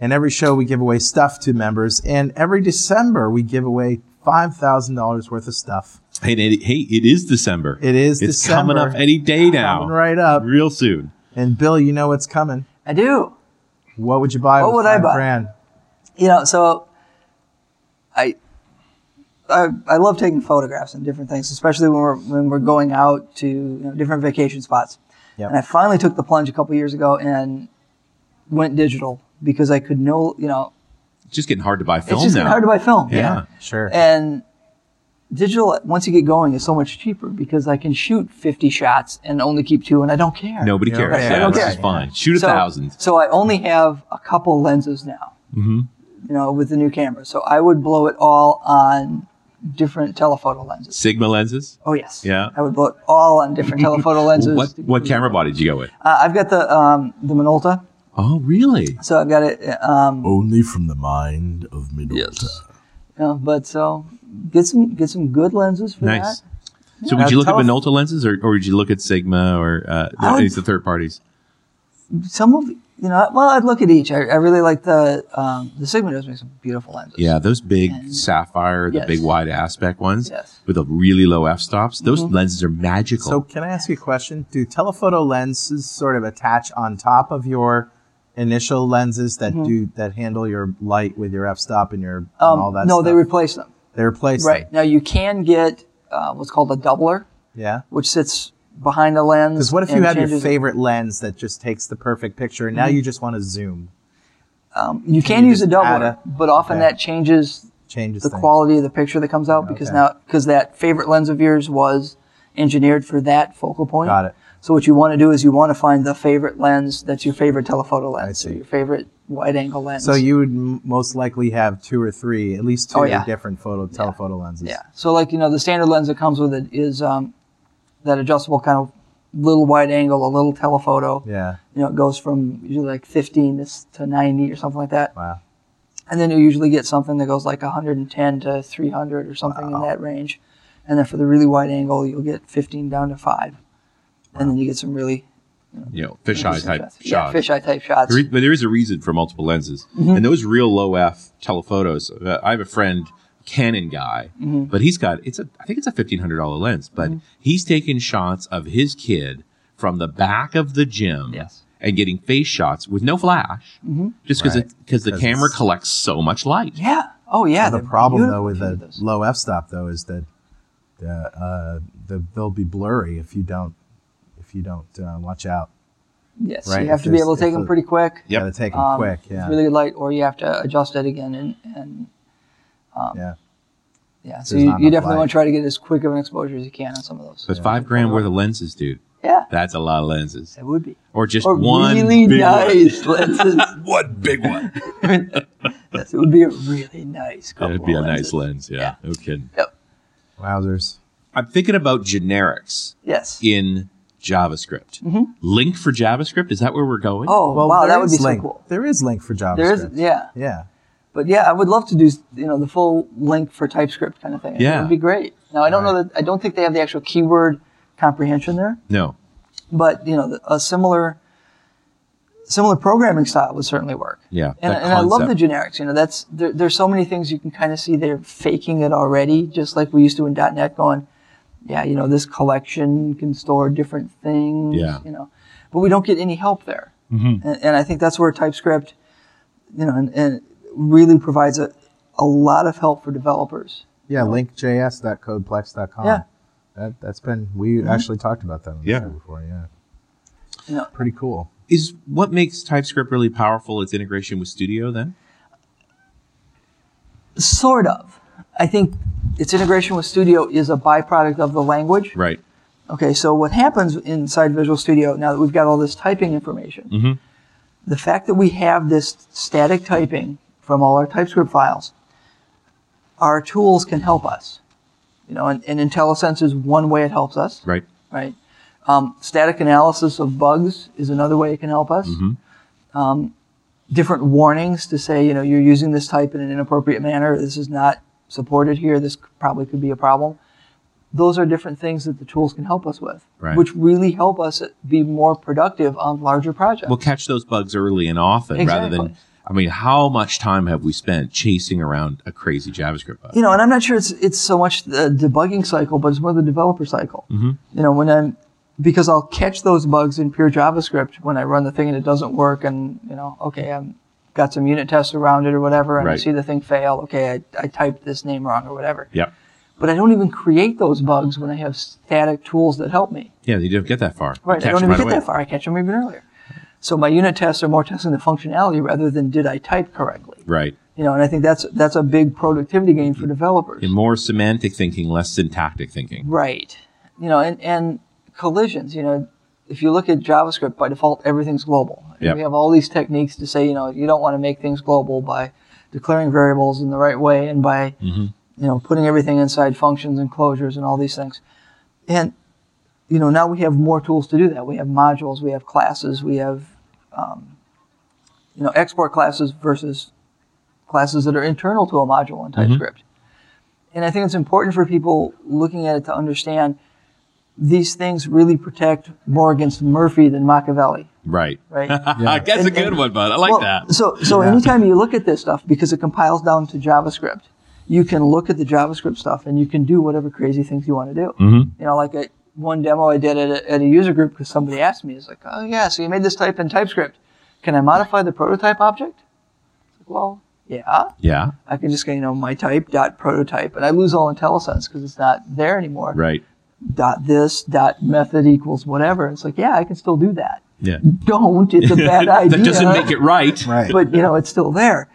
Speaker 3: And every show we give away stuff to members. And every December we give away $5,000 worth of stuff.
Speaker 4: Hey, it, hey, it is December.
Speaker 3: It is
Speaker 4: It's
Speaker 3: December.
Speaker 4: coming up any day now.
Speaker 3: Coming right up.
Speaker 4: Real soon.
Speaker 3: And Bill, you know what's coming.
Speaker 5: I do.
Speaker 3: What would you buy?
Speaker 5: What
Speaker 3: with
Speaker 5: would I
Speaker 3: five
Speaker 5: buy?
Speaker 3: Grand?
Speaker 5: You know, so I. I, I love taking photographs and different things, especially when we're when we're going out to you know, different vacation spots.
Speaker 3: Yep.
Speaker 5: And I finally took the plunge a couple years ago and went digital because I could no, you know,
Speaker 4: It's just getting hard to buy film
Speaker 5: it's just
Speaker 4: now.
Speaker 5: getting hard to buy film.
Speaker 4: Yeah.
Speaker 5: Eh,
Speaker 3: Sure.
Speaker 5: And digital, once you get going, is so much cheaper because I can shoot 50 shots and only keep two, and I don't care.
Speaker 4: Nobody
Speaker 3: Yeah,
Speaker 4: cares.
Speaker 3: right.
Speaker 4: Yeah,
Speaker 5: I don't
Speaker 4: this
Speaker 5: care.
Speaker 4: is fine. Shoot a
Speaker 5: so,
Speaker 4: thousand.
Speaker 5: So I only have a couple lenses now, mm-hmm. you know, with the new camera. So I would blow it all on different telephoto lenses.
Speaker 4: Sigma lenses.
Speaker 5: Oh, yes.
Speaker 4: Yeah.
Speaker 5: I would blow it all on different telephoto lenses.
Speaker 4: What what camera body did you go with?
Speaker 5: Uh, I've got the um, the Minolta.
Speaker 4: Oh, really?
Speaker 5: So I've got it. uh, Um,
Speaker 6: Only from the mind of Minolta.
Speaker 5: you know, but so get some get some good lenses for that.
Speaker 4: Nice. So would you look at
Speaker 5: tele-
Speaker 4: Minolta lenses, or, or would you look at Sigma, or uh,
Speaker 5: I would-
Speaker 4: any of the third parties?
Speaker 5: some of you know well i'd look at each i, I really like the um, the sigma does make some beautiful lenses
Speaker 4: Yeah, those big sapphire, the
Speaker 5: Yes.
Speaker 4: big wide aspect ones
Speaker 5: Yes. Mm-hmm.
Speaker 4: with the really low f stops. Those lenses are magical.
Speaker 3: So, can I ask you a question? Do telephoto lenses sort of attach on top of your initial lenses that do that handle your light with your f-stop and your and
Speaker 5: Mm-hmm. Um,
Speaker 3: all that.
Speaker 5: no,
Speaker 3: stuff.
Speaker 5: they replace them.
Speaker 3: they replace
Speaker 5: Right
Speaker 3: Them.
Speaker 5: now, you can get uh, what's called a doubler,
Speaker 3: Yeah.
Speaker 5: which sits behind the lens.
Speaker 3: Because what if you
Speaker 5: and
Speaker 3: have your
Speaker 5: changes- Mm-hmm.
Speaker 3: favorite lens that just takes the perfect picture, and now you just want to zoom,
Speaker 5: You can
Speaker 3: you
Speaker 5: use a
Speaker 3: just add
Speaker 5: doubler,
Speaker 3: a-
Speaker 5: but often
Speaker 3: okay.
Speaker 5: that changes
Speaker 3: changes
Speaker 5: the
Speaker 3: things.
Speaker 5: quality of the picture that comes out because
Speaker 3: Okay.
Speaker 5: now because that favorite lens of yours was engineered for that focal point.
Speaker 3: Got it.
Speaker 5: So what you want to do is you want to find the favorite lens that's your favorite telephoto lens,
Speaker 3: see.
Speaker 5: or your favorite wide angle lens.
Speaker 3: So you would m- most likely have two or three, at least two
Speaker 5: Oh, yeah.
Speaker 3: different photo telephoto lenses.
Speaker 5: yeah. So like you know the standard lens that comes with it is um, that adjustable kind of little wide angle, a little telephoto.
Speaker 3: Yeah.
Speaker 5: You know it goes from usually like 15 to s- to 90 or something like that.
Speaker 3: Wow.
Speaker 5: and then you usually get something that goes like 110 to 300 or something in that range and then for the really wide angle you'll get 15 down to 5 and then you get some really
Speaker 4: you know, fisheye type
Speaker 5: shots. yeah
Speaker 4: shots.
Speaker 5: fisheye type shots
Speaker 4: The re- but there is a reason for multiple lenses,
Speaker 5: Mm-hmm.
Speaker 4: and those real low f telephotos. Uh, I have a friend, Canon guy,
Speaker 5: Mm-hmm.
Speaker 4: but he's got it's a I think it's a fifteen hundred dollar lens, but he's taking shots of his kid from the back of the gym
Speaker 5: Yes. Mm-hmm.
Speaker 4: and getting face shots with no flash, just because
Speaker 3: Right.
Speaker 4: because the
Speaker 3: 'Cause
Speaker 4: camera
Speaker 3: it's-
Speaker 4: collects so much light.
Speaker 5: yeah oh yeah
Speaker 3: the
Speaker 5: they're
Speaker 3: problem though
Speaker 5: beautiful
Speaker 3: with
Speaker 5: if you
Speaker 3: the
Speaker 5: do those.
Speaker 3: low f-stop though is that uh, uh, the, they'll be blurry if you don't if you don't uh, watch out.
Speaker 5: yes
Speaker 3: right,
Speaker 5: you have
Speaker 3: if
Speaker 5: to be
Speaker 3: there's-
Speaker 5: able to take
Speaker 3: if
Speaker 5: them
Speaker 3: the-
Speaker 5: pretty quick
Speaker 3: You
Speaker 4: Yep.
Speaker 3: gotta take them
Speaker 5: Um,
Speaker 3: quick.
Speaker 5: with
Speaker 3: Yeah.
Speaker 5: really good light or you have to adjust it again and and um,
Speaker 3: yeah.
Speaker 5: yeah so
Speaker 3: There's
Speaker 5: you,
Speaker 3: not
Speaker 5: you
Speaker 3: enough
Speaker 5: definitely
Speaker 3: light.
Speaker 5: want to try to get as quick of an exposure as you can on some of those
Speaker 4: So it's five grand worth of lenses, dude.
Speaker 5: yeah
Speaker 4: That's a lot of lenses,
Speaker 5: it would be
Speaker 4: or just
Speaker 5: or
Speaker 4: one
Speaker 5: really
Speaker 4: big one.
Speaker 5: nice lenses
Speaker 6: One big one.
Speaker 5: Yes, it would be a really nice couple
Speaker 4: That'd be a
Speaker 5: of
Speaker 4: nice lens,
Speaker 5: lenses.
Speaker 4: yeah.
Speaker 5: Yeah.
Speaker 4: No kidding.
Speaker 3: Wowzers.
Speaker 4: I'm thinking about generics.
Speaker 5: yes
Speaker 4: in JavaScript. Link for JavaScript? Is that where we're going?
Speaker 5: Mm-hmm. Oh
Speaker 3: Well,
Speaker 5: wow,
Speaker 3: there
Speaker 5: that would
Speaker 3: is
Speaker 5: be
Speaker 3: link.
Speaker 5: so cool.
Speaker 3: There is link for JavaScript.
Speaker 5: There is, yeah,
Speaker 3: Yeah.
Speaker 5: but yeah, I would love to do you know the full link for TypeScript kind of thing.
Speaker 4: Yeah.
Speaker 5: it would be great. Now I don't know that I don't think they have the actual keyword comprehension there,
Speaker 4: No.
Speaker 5: but you know the- a similar similar programming style would certainly work.
Speaker 4: Yeah,
Speaker 5: and,
Speaker 4: that
Speaker 5: and I love the
Speaker 4: concept.
Speaker 5: generics. You know, that's there, there's so many things you can kind of see they're faking it already, just like we used to in .NET, going, yeah, you know, this collection can store different things.
Speaker 4: Yeah. Mm-hmm.
Speaker 5: you know, but we don't get any help there. And, and I think that's where TypeScript, you know, and, and really provides a, a lot of help for developers.
Speaker 3: Yeah. Linkjs.codeplex.com.
Speaker 5: Yeah. Mm-hmm.
Speaker 3: That, that's been we actually talked about that on the
Speaker 4: Yeah.
Speaker 3: show before. Yeah.
Speaker 5: Yeah.
Speaker 3: Pretty cool.
Speaker 4: Is what makes TypeScript really powerful its integration with Studio then?
Speaker 5: Sort of. I think its integration with Studio is a byproduct of the language.
Speaker 4: Right.
Speaker 5: Okay, so what happens inside Visual Studio now that we've got all this typing information? The fact that we have this static typing from all our TypeScript files, our tools can help us. You know, and, and IntelliSense is one way it helps us,
Speaker 4: Right.
Speaker 5: right? Um, static analysis of bugs is another way it can help us. Um,
Speaker 4: Mm-hmm.
Speaker 5: different warnings to say, you know, you're using this type in an inappropriate manner. This is not supported here. This probably could be a problem. Those are different things that the tools can help us with,
Speaker 4: Right.
Speaker 5: which really help us be more productive on larger projects.
Speaker 4: We'll catch those bugs early and often rather than
Speaker 5: Exactly.
Speaker 4: I mean, how much time have we spent chasing around a crazy JavaScript bug?
Speaker 5: you know, and I'm not sure it's it's so much the debugging cycle, but it's more the developer cycle.
Speaker 4: Mm-hmm.
Speaker 5: You know, when I'm because I'll catch those bugs in pure JavaScript when I run the thing and it doesn't work, and you know, okay, I'm got some unit tests around it or whatever, and I
Speaker 4: Right.
Speaker 5: see the thing fail. Okay, I, I typed this name wrong or whatever.
Speaker 4: Yep.
Speaker 5: But I don't even create those bugs when I have static tools that help me.
Speaker 4: Yeah, you don't get that far. You
Speaker 5: Right,
Speaker 4: catch
Speaker 5: I don't
Speaker 4: them
Speaker 5: even
Speaker 4: right
Speaker 5: get
Speaker 4: away.
Speaker 5: that far. I catch them even earlier. So my unit tests are more testing the functionality rather than did I type correctly.
Speaker 4: Right.
Speaker 5: You know, and I think that's that's a big productivity gain
Speaker 4: Mm-hmm.
Speaker 5: for developers.
Speaker 4: And more semantic thinking, less syntactic thinking.
Speaker 5: Right. You know, and, and collisions, you know, if you look at JavaScript, by default, everything's global. And
Speaker 4: Yep.
Speaker 5: We have all these techniques to say, you know, you don't want to make things global by declaring variables in the right way and by, you know, putting everything inside functions and closures and all these things. And, you know, now we have more tools to do that. We have modules, we have classes, we have, um, you know, export classes versus classes that are internal to a module in TypeScript and I think it's important for people looking at it to understand these things really protect more against Murphy than Machiavelli,
Speaker 4: Right.
Speaker 5: right?
Speaker 4: That's a
Speaker 5: And-
Speaker 4: good
Speaker 5: and-
Speaker 4: one, bud. I like
Speaker 5: Well,
Speaker 4: that.
Speaker 5: So, so anytime you look at this stuff, because it compiles down to JavaScript, you can look at the JavaScript stuff and you can do whatever crazy things you want to do.
Speaker 4: Mm-hmm.
Speaker 5: You know, like a, one demo I did at a, at a user group because somebody asked me, it's like, oh yeah, so you made this type in TypeScript. Can I modify the prototype object? It's like, well, yeah.
Speaker 4: Yeah.
Speaker 5: I can just go, you know, my type dot prototype, and I lose all IntelliSense because it's not there anymore.
Speaker 4: Right.
Speaker 5: Dot this dot method equals whatever. It's like, yeah, I can still do that.
Speaker 4: Yeah.
Speaker 5: Don't. It's a bad idea.
Speaker 4: that doesn't make it right.
Speaker 3: Right.
Speaker 5: but you know it's still there.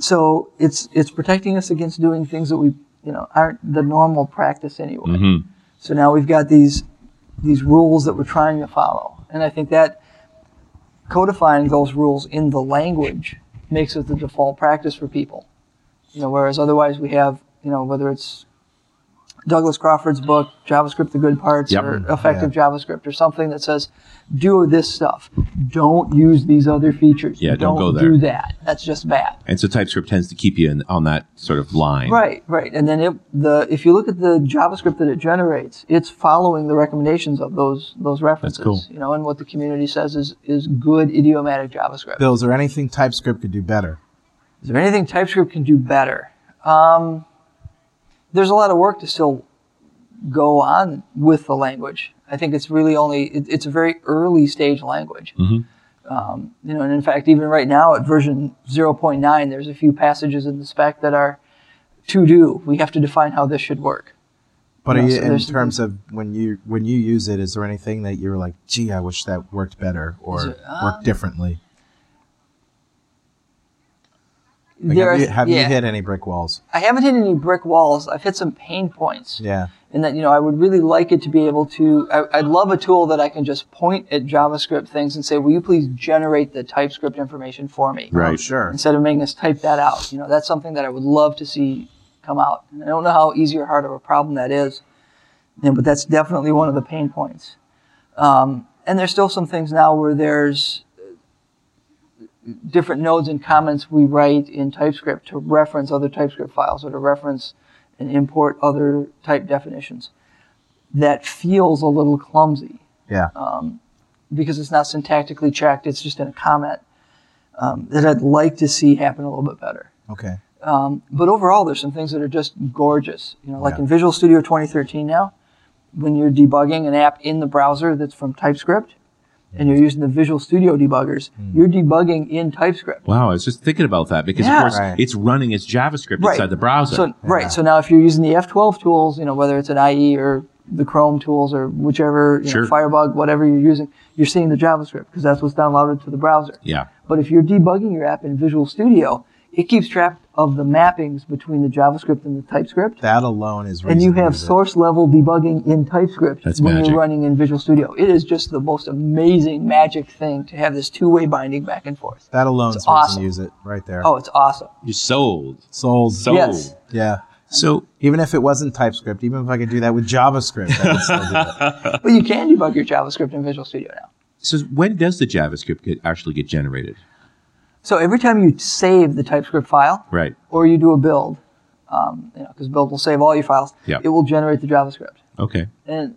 Speaker 5: So it's it's protecting us against doing things that we you know aren't the normal practice anyway. So now we've got these these rules that we're trying to follow, and I think that codifying those rules in the language makes it the default practice for people. You know, whereas otherwise we have you know whether it's Douglas Crawford's book, JavaScript: The Good Parts,
Speaker 4: Yep.
Speaker 5: or Effective JavaScript, or something that says, "Do this stuff. Don't use these other features.
Speaker 4: Yeah, don't go
Speaker 5: do
Speaker 4: there."
Speaker 5: that. That's just bad.
Speaker 4: And so TypeScript tends to keep you in, on that sort of line.
Speaker 5: Right, right. And then it, the if you look at the JavaScript that it generates, it's following the recommendations of those those references.
Speaker 4: cool.
Speaker 5: You know, and what the community says is is good idiomatic JavaScript.
Speaker 3: Bill, is there anything TypeScript could do better?
Speaker 5: Is there anything TypeScript can do better? Um, there's a lot of work to still go on with the language. I think it's really only it, it's a very early stage language.
Speaker 3: Mm-hmm.
Speaker 5: Um, you know, and in fact, even right now at version 0.9, there's a few passages in the spec that are to do. We have to define how this should work.
Speaker 3: But
Speaker 5: No,
Speaker 3: are you,
Speaker 5: so
Speaker 3: in
Speaker 5: there's-
Speaker 3: terms of when you when you use it, is there anything that you're like, gee, I wish that worked better or
Speaker 5: it-
Speaker 3: worked differently? Like,
Speaker 5: There
Speaker 3: have you,
Speaker 5: are-
Speaker 3: have you
Speaker 5: yeah.
Speaker 3: hit any brick walls?
Speaker 5: I haven't hit any brick walls. I've hit some pain points.
Speaker 3: Yeah.
Speaker 5: and that you know I would really like it to be able to. I, I'd love a tool that I can just point at JavaScript things and say, "Will you please generate the TypeScript information for me?"
Speaker 3: Oh, sure.
Speaker 5: Instead of making us type that out, you know, that's something that I would love to see come out. And I don't know how easy or hard of a problem that is, you know, but that's definitely one of the pain points. Um, and there's still some things now where there's uh, different nodes and comments we write in TypeScript to reference other TypeScript files or to reference and import other type definitions. That feels a little clumsy
Speaker 3: Yeah.
Speaker 5: Uh, because it's not syntactically checked. It's just in a comment um, that I'd like to see happen a little bit better.
Speaker 3: Okay.
Speaker 5: But overall, there's some things that are just gorgeous. You know, like
Speaker 3: Yeah.
Speaker 5: in Visual Studio 2013 now, when you're debugging an app in the browser that's from TypeScript, and you're using the Visual Studio debuggers,
Speaker 4: Hmm.
Speaker 5: you're debugging in TypeScript.
Speaker 4: Wow, I was just thinking about that because
Speaker 5: Yeah.
Speaker 4: of course
Speaker 3: Right.
Speaker 4: it's running its JavaScript inside the browser.
Speaker 5: So, Right. So now, if you're using the F12 tools, you know whether it's an IE or the Chrome tools or whichever you
Speaker 4: Sure.
Speaker 5: know, Firebug, whatever you're using, you're seeing the JavaScript because that's what's downloaded to the browser.
Speaker 4: yeah.
Speaker 5: But if you're debugging your app in Visual Studio, it keeps track of the mappings between the JavaScript and the TypeScript.
Speaker 3: That alone is.
Speaker 5: and
Speaker 3: reason
Speaker 5: you
Speaker 3: to
Speaker 5: have
Speaker 3: use it.
Speaker 5: source level debugging in TypeScript
Speaker 4: That's
Speaker 5: when
Speaker 4: magic.
Speaker 5: you're running in Visual Studio. It is just the most amazing magic thing to have this two way binding back and forth.
Speaker 3: That alone is
Speaker 5: It's
Speaker 3: reason
Speaker 5: awesome.
Speaker 3: to use it right there.
Speaker 5: Oh, it's awesome.
Speaker 4: You're sold.
Speaker 3: Sold.
Speaker 4: Sold.
Speaker 5: Yes.
Speaker 3: Yeah.
Speaker 4: So
Speaker 3: Even if it wasn't TypeScript, even if I could do that with JavaScript, I would still do it.
Speaker 5: But you can debug your JavaScript in Visual Studio now.
Speaker 4: so when does the JavaScript get, actually get generated?
Speaker 5: So every time you save the TypeScript file
Speaker 4: Right.
Speaker 5: or you do a build, um, you know, because build will save all your files,
Speaker 4: Yeah.
Speaker 5: it will generate the JavaScript.
Speaker 4: Okay.
Speaker 5: And,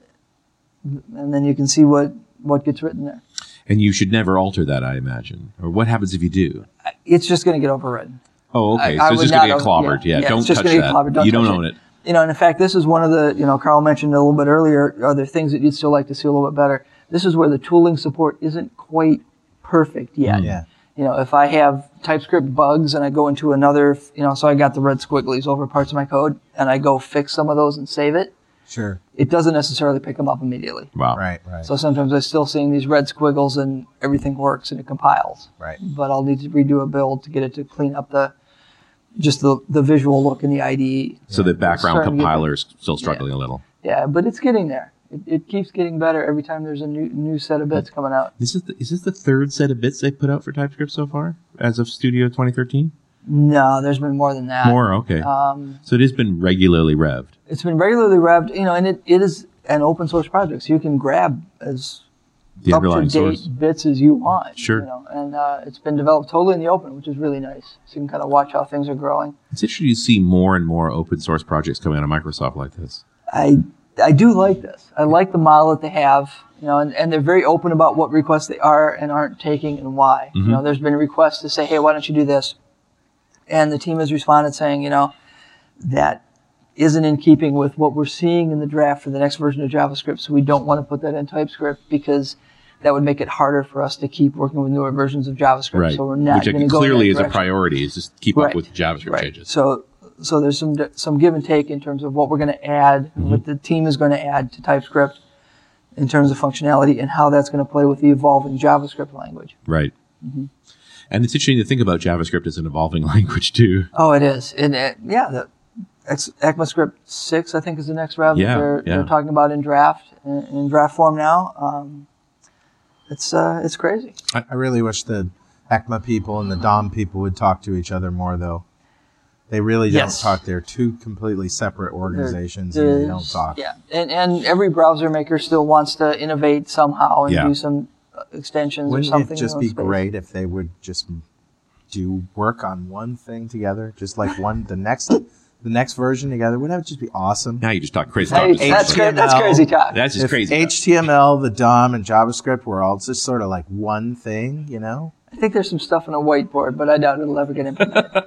Speaker 5: and then you can see what, what gets written there.
Speaker 4: And you should never alter that, I imagine. Or what happens if you do?
Speaker 5: it's just going to get overridden.
Speaker 4: Oh, okay.
Speaker 5: I- I
Speaker 4: so it's
Speaker 5: would
Speaker 4: just gonna
Speaker 5: not
Speaker 4: get
Speaker 5: own-
Speaker 4: clobbered. Yeah.
Speaker 5: yeah, yeah,
Speaker 4: Don't
Speaker 5: it's just
Speaker 4: touch
Speaker 5: gonna get
Speaker 4: that.
Speaker 5: clobbered. Don't
Speaker 4: you don't
Speaker 5: touch
Speaker 4: own
Speaker 5: it.
Speaker 4: it.
Speaker 5: You know, and in fact, this is one of the, you know, Carl mentioned a little bit earlier, are there things that you'd still like to see a little bit better? This is where the tooling support isn't quite perfect yet.
Speaker 3: Mm. Yeah.
Speaker 5: You know, if I have TypeScript bugs and I go into another, you know, so I got the red squigglies over parts of my code and I go fix some of those and save it,
Speaker 3: Sure.
Speaker 5: it doesn't necessarily pick them up immediately.
Speaker 4: Wow.
Speaker 3: Right. Right.
Speaker 5: So sometimes I'm still seeing these red squiggles and everything works and it compiles
Speaker 3: right.
Speaker 5: but I'll need to redo a build to get it to clean up the just the, the visual look in the IDE.
Speaker 4: So the background
Speaker 5: starting to get-
Speaker 4: compiler is still struggling a little.
Speaker 5: Yeah, but it's getting there. It, it keeps getting better every time there's a new new set of bits coming out.
Speaker 4: This is the, is this the third set of bits they put out for TypeScript so far, as of Studio 2013?
Speaker 5: No, there's been more than that.
Speaker 4: More okay.
Speaker 5: Um,
Speaker 4: so it has been regularly revved.
Speaker 5: it's been regularly revved, you know, and it, it is an open source project, so you can grab as
Speaker 4: The
Speaker 5: up to
Speaker 4: underlying
Speaker 5: date
Speaker 4: source.
Speaker 5: bits as you want.
Speaker 4: Sure.
Speaker 5: You know? And uh, it's been developed totally in the open, which is really nice. So you can kind of watch how things are growing.
Speaker 4: It's interesting to see more and more open source projects coming out of Microsoft like this.
Speaker 5: I I do like this. I like the model that they have, you know, and, and they're very open about what requests they are and aren't taking and why.
Speaker 4: Mm-hmm.
Speaker 5: You know, there's been requests to say, hey, why don't you do this? And the team has responded saying, you know, that isn't in keeping with what we're seeing in the draft for the next version of JavaScript, so we don't want to put that in TypeScript because that would make it harder for us to keep working with newer versions of JavaScript.
Speaker 4: Right.
Speaker 5: So we're not
Speaker 4: Which
Speaker 5: going to
Speaker 4: uh,
Speaker 5: go in that
Speaker 4: clearly is a
Speaker 5: direction.
Speaker 4: priority is just keep up
Speaker 5: Right.
Speaker 4: with JavaScript
Speaker 5: Right.
Speaker 4: changes.
Speaker 5: So, so there's some some give and take in terms of what we're going to add,
Speaker 4: Mm-hmm.
Speaker 5: what the team is going to add to TypeScript in terms of functionality, and how that's going to play with the evolving JavaScript language.
Speaker 4: Right.
Speaker 5: mm-hmm.
Speaker 4: And it's interesting to think about JavaScript as an evolving language too.
Speaker 5: Oh, it is, and it, yeah, the X, ECMAScript six, I think, is the next rev
Speaker 4: Yeah,
Speaker 5: that they're,
Speaker 4: yeah.
Speaker 5: they're talking about in draft in, in draft form now. Um, it's uh, it's crazy.
Speaker 3: I really wish the ECMA people and the DOM people would talk to each other more, though. They really don't
Speaker 5: Yes.
Speaker 3: talk. They're two completely separate organizations, and they don't
Speaker 5: There's-
Speaker 3: talk.
Speaker 5: Yeah, and and every browser maker still wants to innovate somehow and
Speaker 4: Yeah.
Speaker 5: do some uh, extensions or
Speaker 3: Wouldn't
Speaker 5: something.
Speaker 3: it
Speaker 5: in
Speaker 3: just
Speaker 5: that
Speaker 3: be
Speaker 5: space.
Speaker 3: great if they would just do work on one thing together, just like one the next the next version together? Wouldn't that just be awesome?
Speaker 4: Now you just talk crazy.
Speaker 5: Hey,
Speaker 4: talk.
Speaker 5: that's, cra- that's
Speaker 3: HTML.
Speaker 5: crazy talk.
Speaker 4: That's just
Speaker 3: If
Speaker 4: crazy.
Speaker 3: HTML, the DOM, and JavaScript were all just sort of like one thing, you know?
Speaker 5: I think there's some stuff on a whiteboard, but I doubt it'll ever get implemented.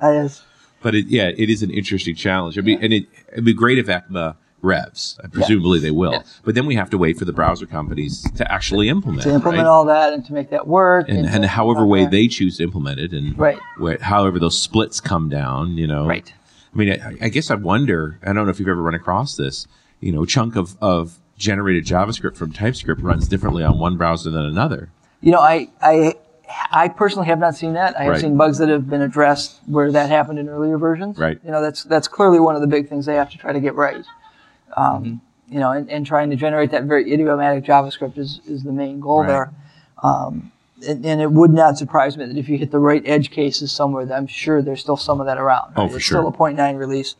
Speaker 5: I just,
Speaker 4: but it, yeah, it is an interesting challenge. It'd be, and it, it'd be great if ECMA revs. And presumably they will. But then we have to wait for the browser companies to actually implement.
Speaker 5: to implement
Speaker 4: right?
Speaker 5: all that and to make that work.
Speaker 4: and,
Speaker 5: to-
Speaker 4: and however way they choose to implement it, and
Speaker 5: Right.
Speaker 4: where, however those splits come down, you know.
Speaker 5: Right.
Speaker 4: I mean, I, I guess I wonder. I don't know if you've ever run across this. You know, chunk of of generated JavaScript from TypeScript runs differently on one browser than another.
Speaker 5: You know, I, I, I personally have not seen that. I have
Speaker 4: Right.
Speaker 5: seen bugs that have been addressed where that happened in earlier versions.
Speaker 4: Right.
Speaker 5: You know, that's that's clearly one of the big things they have to try to get right. Um,
Speaker 4: Mm-hmm.
Speaker 5: You know, and, and trying to generate that very idiomatic JavaScript is, is the main goal
Speaker 3: Right.
Speaker 5: there. Um, and, and it would not surprise me that if you hit the right edge cases somewhere, that I'm sure there's still some of that around.
Speaker 4: Oh,
Speaker 5: right?
Speaker 4: for
Speaker 5: it's
Speaker 4: sure.
Speaker 5: still a 0.9 release.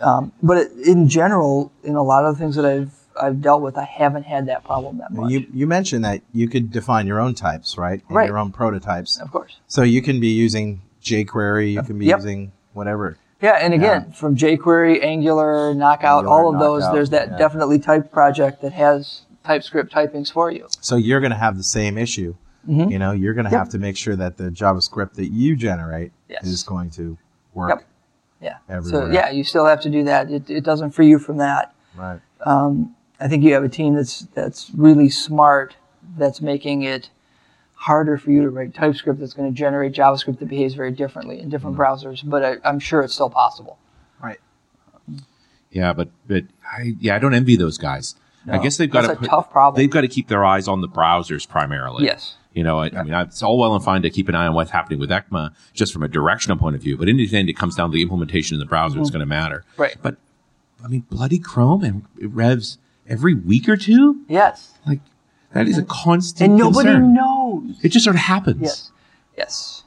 Speaker 5: Um, but it, in general, in a lot of the things that I've I've dealt with, I haven't had that problem that much.
Speaker 3: You you mentioned that you could define your own types, right? And
Speaker 5: Right.
Speaker 3: Your own prototypes.
Speaker 5: of course.
Speaker 3: So you can be using jQuery, you can be
Speaker 5: Yep.
Speaker 3: using whatever.
Speaker 5: Yeah, and again, from jQuery, Angular, Knockout,
Speaker 3: Angular,
Speaker 5: all of those,
Speaker 3: Knockout,
Speaker 5: there's that
Speaker 3: yeah.
Speaker 5: definitely typed project that has TypeScript typings for you.
Speaker 3: So you're going to have the same issue.
Speaker 5: Mm-hmm.
Speaker 3: You know, you're going to have to make sure that the JavaScript that you generate
Speaker 5: Yes.
Speaker 3: is going to work.
Speaker 5: Yep. Yeah.
Speaker 3: Everywhere.
Speaker 5: So yeah, you still have to do that. It, it doesn't free you from that.
Speaker 3: Right.
Speaker 5: I think you have a team that's that's really smart that's making it harder for you to write TypeScript that's going to generate JavaScript that behaves very differently in different
Speaker 3: Mm-hmm.
Speaker 5: browsers, but I, I'm sure it's still possible.
Speaker 3: Right.
Speaker 4: Yeah, but but I, yeah, I don't envy those guys. I guess they've got
Speaker 5: that's
Speaker 4: to
Speaker 5: a tough problem.
Speaker 4: They've got to keep their eyes on the browsers primarily.
Speaker 5: Yes.
Speaker 4: You know, I, I mean, it's all well and fine to keep an eye on what's happening with ECMA just from a directional point of view, but in the end, it comes down to the implementation in the browser. It's going to matter.
Speaker 5: Mm-hmm. Right.
Speaker 4: But I mean, bloody Chrome and it revs every week or two.
Speaker 5: Yes.
Speaker 4: Like that is a constant
Speaker 5: And nobody
Speaker 4: concern.
Speaker 5: knows.
Speaker 4: It just sort of happens.
Speaker 5: Yes. Yes.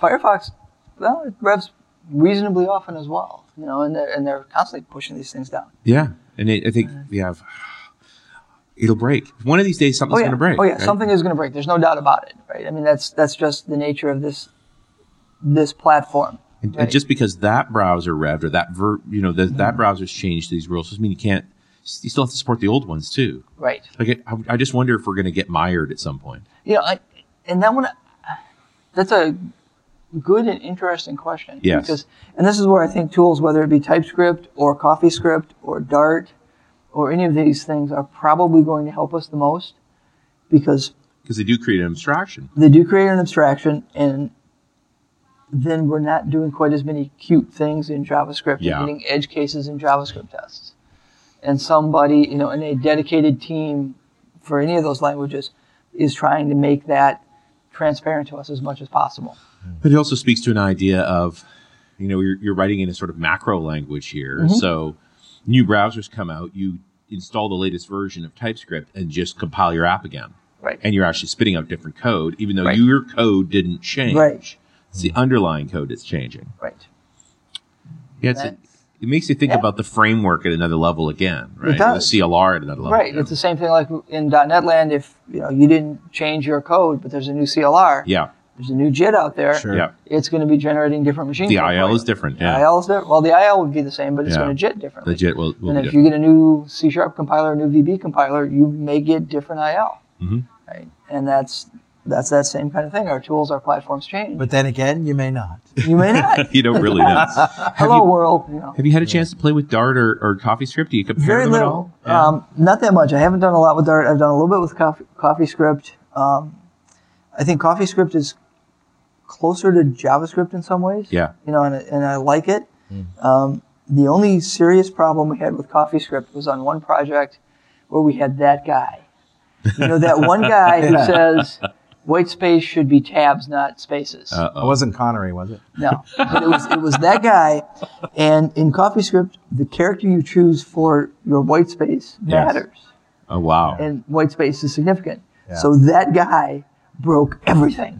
Speaker 5: Firefox, well, it revs reasonably often as well, you know, and they're, and they're constantly pushing these things down.
Speaker 4: Yeah. And it, I think we have. It'll break. One of these days, something's
Speaker 5: oh, yeah.
Speaker 4: going to break.
Speaker 5: oh, yeah.
Speaker 4: right?
Speaker 5: Something is going to break. There's no doubt about it, right? I mean, that's, that's just the nature of this, this
Speaker 4: And,
Speaker 5: platform.
Speaker 4: and
Speaker 5: Right. Mm-hmm.
Speaker 4: just because that browser revved or that ver, you know that that browser's changed these rules doesn't mean you can't. You still have to support the old ones too.
Speaker 5: Right.
Speaker 4: Like it, I, I just wonder if we're going to get mired at some point.
Speaker 5: You know, I, and that one, that's a good and interesting question.
Speaker 4: Yes.
Speaker 5: Because, and this is where I think tools, whether it be TypeScript or CoffeeScript or Dart or any of these things, are probably going to help us the most because
Speaker 4: Because they do create an abstraction.
Speaker 5: they do create an abstraction and then we're not doing quite as many cute things in JavaScript
Speaker 4: Yeah.
Speaker 5: and getting edge cases in JavaScript tests. And somebody, you know, in a dedicated team for any of those languages is trying to make that transparent to us as much as possible.
Speaker 4: But it also speaks to an idea of, you know, you're, you're writing in a sort of macro language here.
Speaker 5: Mm-hmm.
Speaker 4: So new browsers come out, you install the latest version of TypeScript and just compile your app again.
Speaker 5: Right.
Speaker 4: And you're actually spitting out different code, even though
Speaker 5: Right.
Speaker 4: your code didn't change.
Speaker 5: Right.
Speaker 4: It's the underlying code that's changing.
Speaker 5: Right.
Speaker 4: Yeah, it's a,
Speaker 5: That's-
Speaker 4: it makes you think
Speaker 5: yeah.
Speaker 4: about the framework at another level again, right? Or
Speaker 5: does.
Speaker 4: The CLR at another level.
Speaker 5: Right.
Speaker 4: again.
Speaker 5: It's the same thing like in .NET land if, you know, you didn't change your code, but there's a new CLR.
Speaker 4: yeah.
Speaker 5: There's a new JIT out there.
Speaker 3: Sure.
Speaker 4: Yeah.
Speaker 5: It's going to be generating different machine
Speaker 4: The
Speaker 5: code for
Speaker 4: IL
Speaker 5: you.
Speaker 4: is different.
Speaker 5: The
Speaker 4: Yeah.
Speaker 5: IL is different. Well, the IL would be the same, but it's
Speaker 4: Yeah.
Speaker 5: going to JIT differently.
Speaker 4: Legit will, will
Speaker 5: and
Speaker 4: be
Speaker 5: if
Speaker 4: different.
Speaker 5: you get a new C
Speaker 4: Mm-hmm.
Speaker 5: sharp compiler, a new VB compiler, you may get different IL. Right? And that's that's that same kind of thing. Our tools, our platforms change.
Speaker 3: But then again, you may not.
Speaker 5: you may not.
Speaker 4: You don't really know.
Speaker 5: Hello, world. You know.
Speaker 4: Have you had a chance to play with Dart or, or CoffeeScript? Do you compare
Speaker 5: Very
Speaker 4: them at
Speaker 5: little.
Speaker 4: all? Yeah.
Speaker 5: Um, not that much. I haven't done a lot with Dart. I've done a little bit with Coffee, CoffeeScript. Um, I think CoffeeScript is closer to JavaScript in some ways.
Speaker 4: Yeah.
Speaker 5: You know, and, and I like it. Um, the only serious problem we had with CoffeeScript was on one project where we had that guy. You know, that one guy who says white space should be tabs, not spaces.
Speaker 3: It wasn't Connery, was it?
Speaker 5: No, but it was it was that guy, and in CoffeeScript, the character you choose for your white space
Speaker 4: Yes.
Speaker 5: matters,
Speaker 4: oh, wow.
Speaker 5: and white space is significant. So that guy broke everything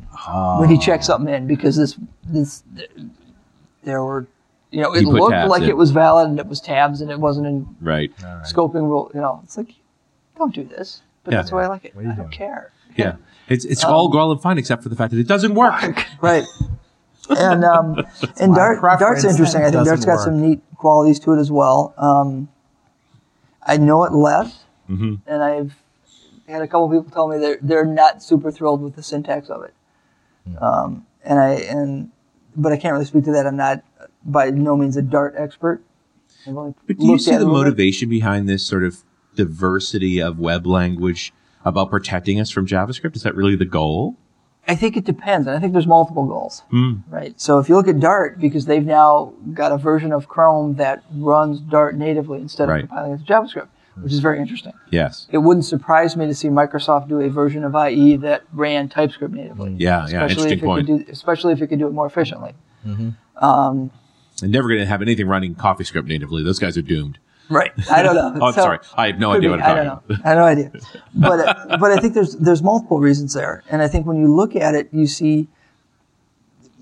Speaker 5: when he checked something in because this this there were you know it
Speaker 4: He put
Speaker 5: looked
Speaker 4: tabs
Speaker 5: like
Speaker 4: in.
Speaker 5: it was valid and it was tabs and it wasn't in
Speaker 4: Right.
Speaker 5: scoping rule. You know, it's like don't do this, but
Speaker 4: Yeah.
Speaker 5: that's why I like it. I
Speaker 3: you
Speaker 5: don't
Speaker 3: doing?
Speaker 5: care.
Speaker 4: Yeah. It's, it's
Speaker 5: Um,
Speaker 4: all well and fine except for the fact that it doesn't work.
Speaker 5: Right. And um, and Dart, Dart's
Speaker 3: preference.
Speaker 5: interesting. I think
Speaker 3: Doesn't
Speaker 5: Dart's got
Speaker 3: work.
Speaker 5: some neat qualities to it as well. Um, I know it less, and I've had a couple people tell me they're they're not super thrilled with the syntax of it. Um, and I and but I can't really speak to that. I'm not by no means a Dart expert. I've only
Speaker 4: But do you
Speaker 5: looked
Speaker 4: see
Speaker 5: at it
Speaker 4: the
Speaker 5: a little bit.
Speaker 4: motivation behind this sort of diversity of web language about protecting us from JavaScript? Is that really the goal?
Speaker 5: I think it depends, and I think there's multiple goals,
Speaker 4: Hmm.
Speaker 5: right? So if you look at Dart, because they've now got a version of Chrome that runs Dart natively instead
Speaker 4: Right.
Speaker 5: of compiling it to JavaScript, which is very interesting.
Speaker 4: Yes.
Speaker 5: It wouldn't surprise me to see Microsoft do a version of IE that ran TypeScript natively.
Speaker 4: Hmm. Yeah, yeah. Interesting
Speaker 5: Especially if, it could
Speaker 4: point.
Speaker 5: do, especially if it could do it more efficiently.
Speaker 4: They're never going to have anything running CoffeeScript natively. Those guys are doomed.
Speaker 5: Right. I don't know.
Speaker 4: Oh, I'm
Speaker 5: So-
Speaker 4: sorry. I have no
Speaker 5: Could
Speaker 4: idea
Speaker 5: be.
Speaker 4: what I'm
Speaker 5: I
Speaker 4: talking
Speaker 5: don't
Speaker 4: about.
Speaker 5: know. I have no idea. But but I think there's there's multiple reasons there, and I think when you look at it, you see,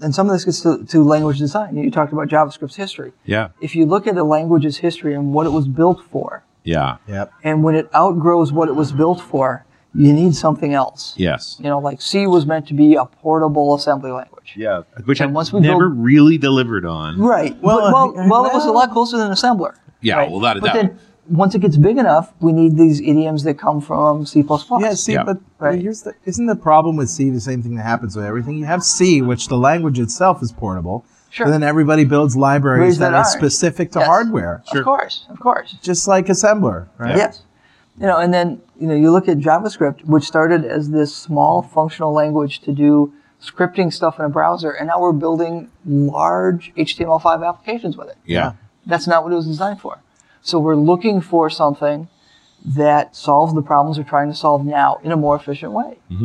Speaker 5: and some of this gets to, to language design. You talked about JavaScript's history.
Speaker 4: Yeah.
Speaker 5: If you look at the language's history and what it was built for,
Speaker 4: Yeah.
Speaker 3: Yep.
Speaker 5: and when it outgrows what it was built for, you need something else.
Speaker 4: Yes.
Speaker 5: You know, like C was meant to be a portable assembly language.
Speaker 4: Yeah. Which I
Speaker 5: And once
Speaker 4: once
Speaker 5: we
Speaker 4: never
Speaker 5: build-
Speaker 4: really delivered on.
Speaker 5: Right.
Speaker 3: Well,
Speaker 5: Well, well,
Speaker 3: I- I-
Speaker 5: well, it was a
Speaker 3: well-
Speaker 5: lot closer than assembler.
Speaker 4: Yeah.
Speaker 5: Right.
Speaker 4: Well, without a
Speaker 5: but
Speaker 4: doubt.
Speaker 5: then once it gets big enough, we need these idioms that come from C++.
Speaker 3: Yeah, see,
Speaker 4: Yeah.
Speaker 3: but
Speaker 5: Right.
Speaker 3: here's the, isn't the problem with C the same thing that happens with everything? You have C, which the language itself is portable.
Speaker 5: Sure.
Speaker 3: And then everybody builds libraries
Speaker 5: Libraries
Speaker 3: that,
Speaker 5: that
Speaker 3: are
Speaker 5: aren't.
Speaker 3: specific to
Speaker 5: Yes.
Speaker 3: hardware,
Speaker 5: Of course, of course.
Speaker 3: just like assembler, right?
Speaker 5: Yes. You know, and then you know you look at JavaScript, which started as this small functional language to do scripting stuff in a browser, and now we're building large HTML5 applications with it.
Speaker 4: yeah.
Speaker 5: That's not what it was designed for. So we're looking for something that solves the problems we're trying to solve now in a more efficient way. Mm-hmm.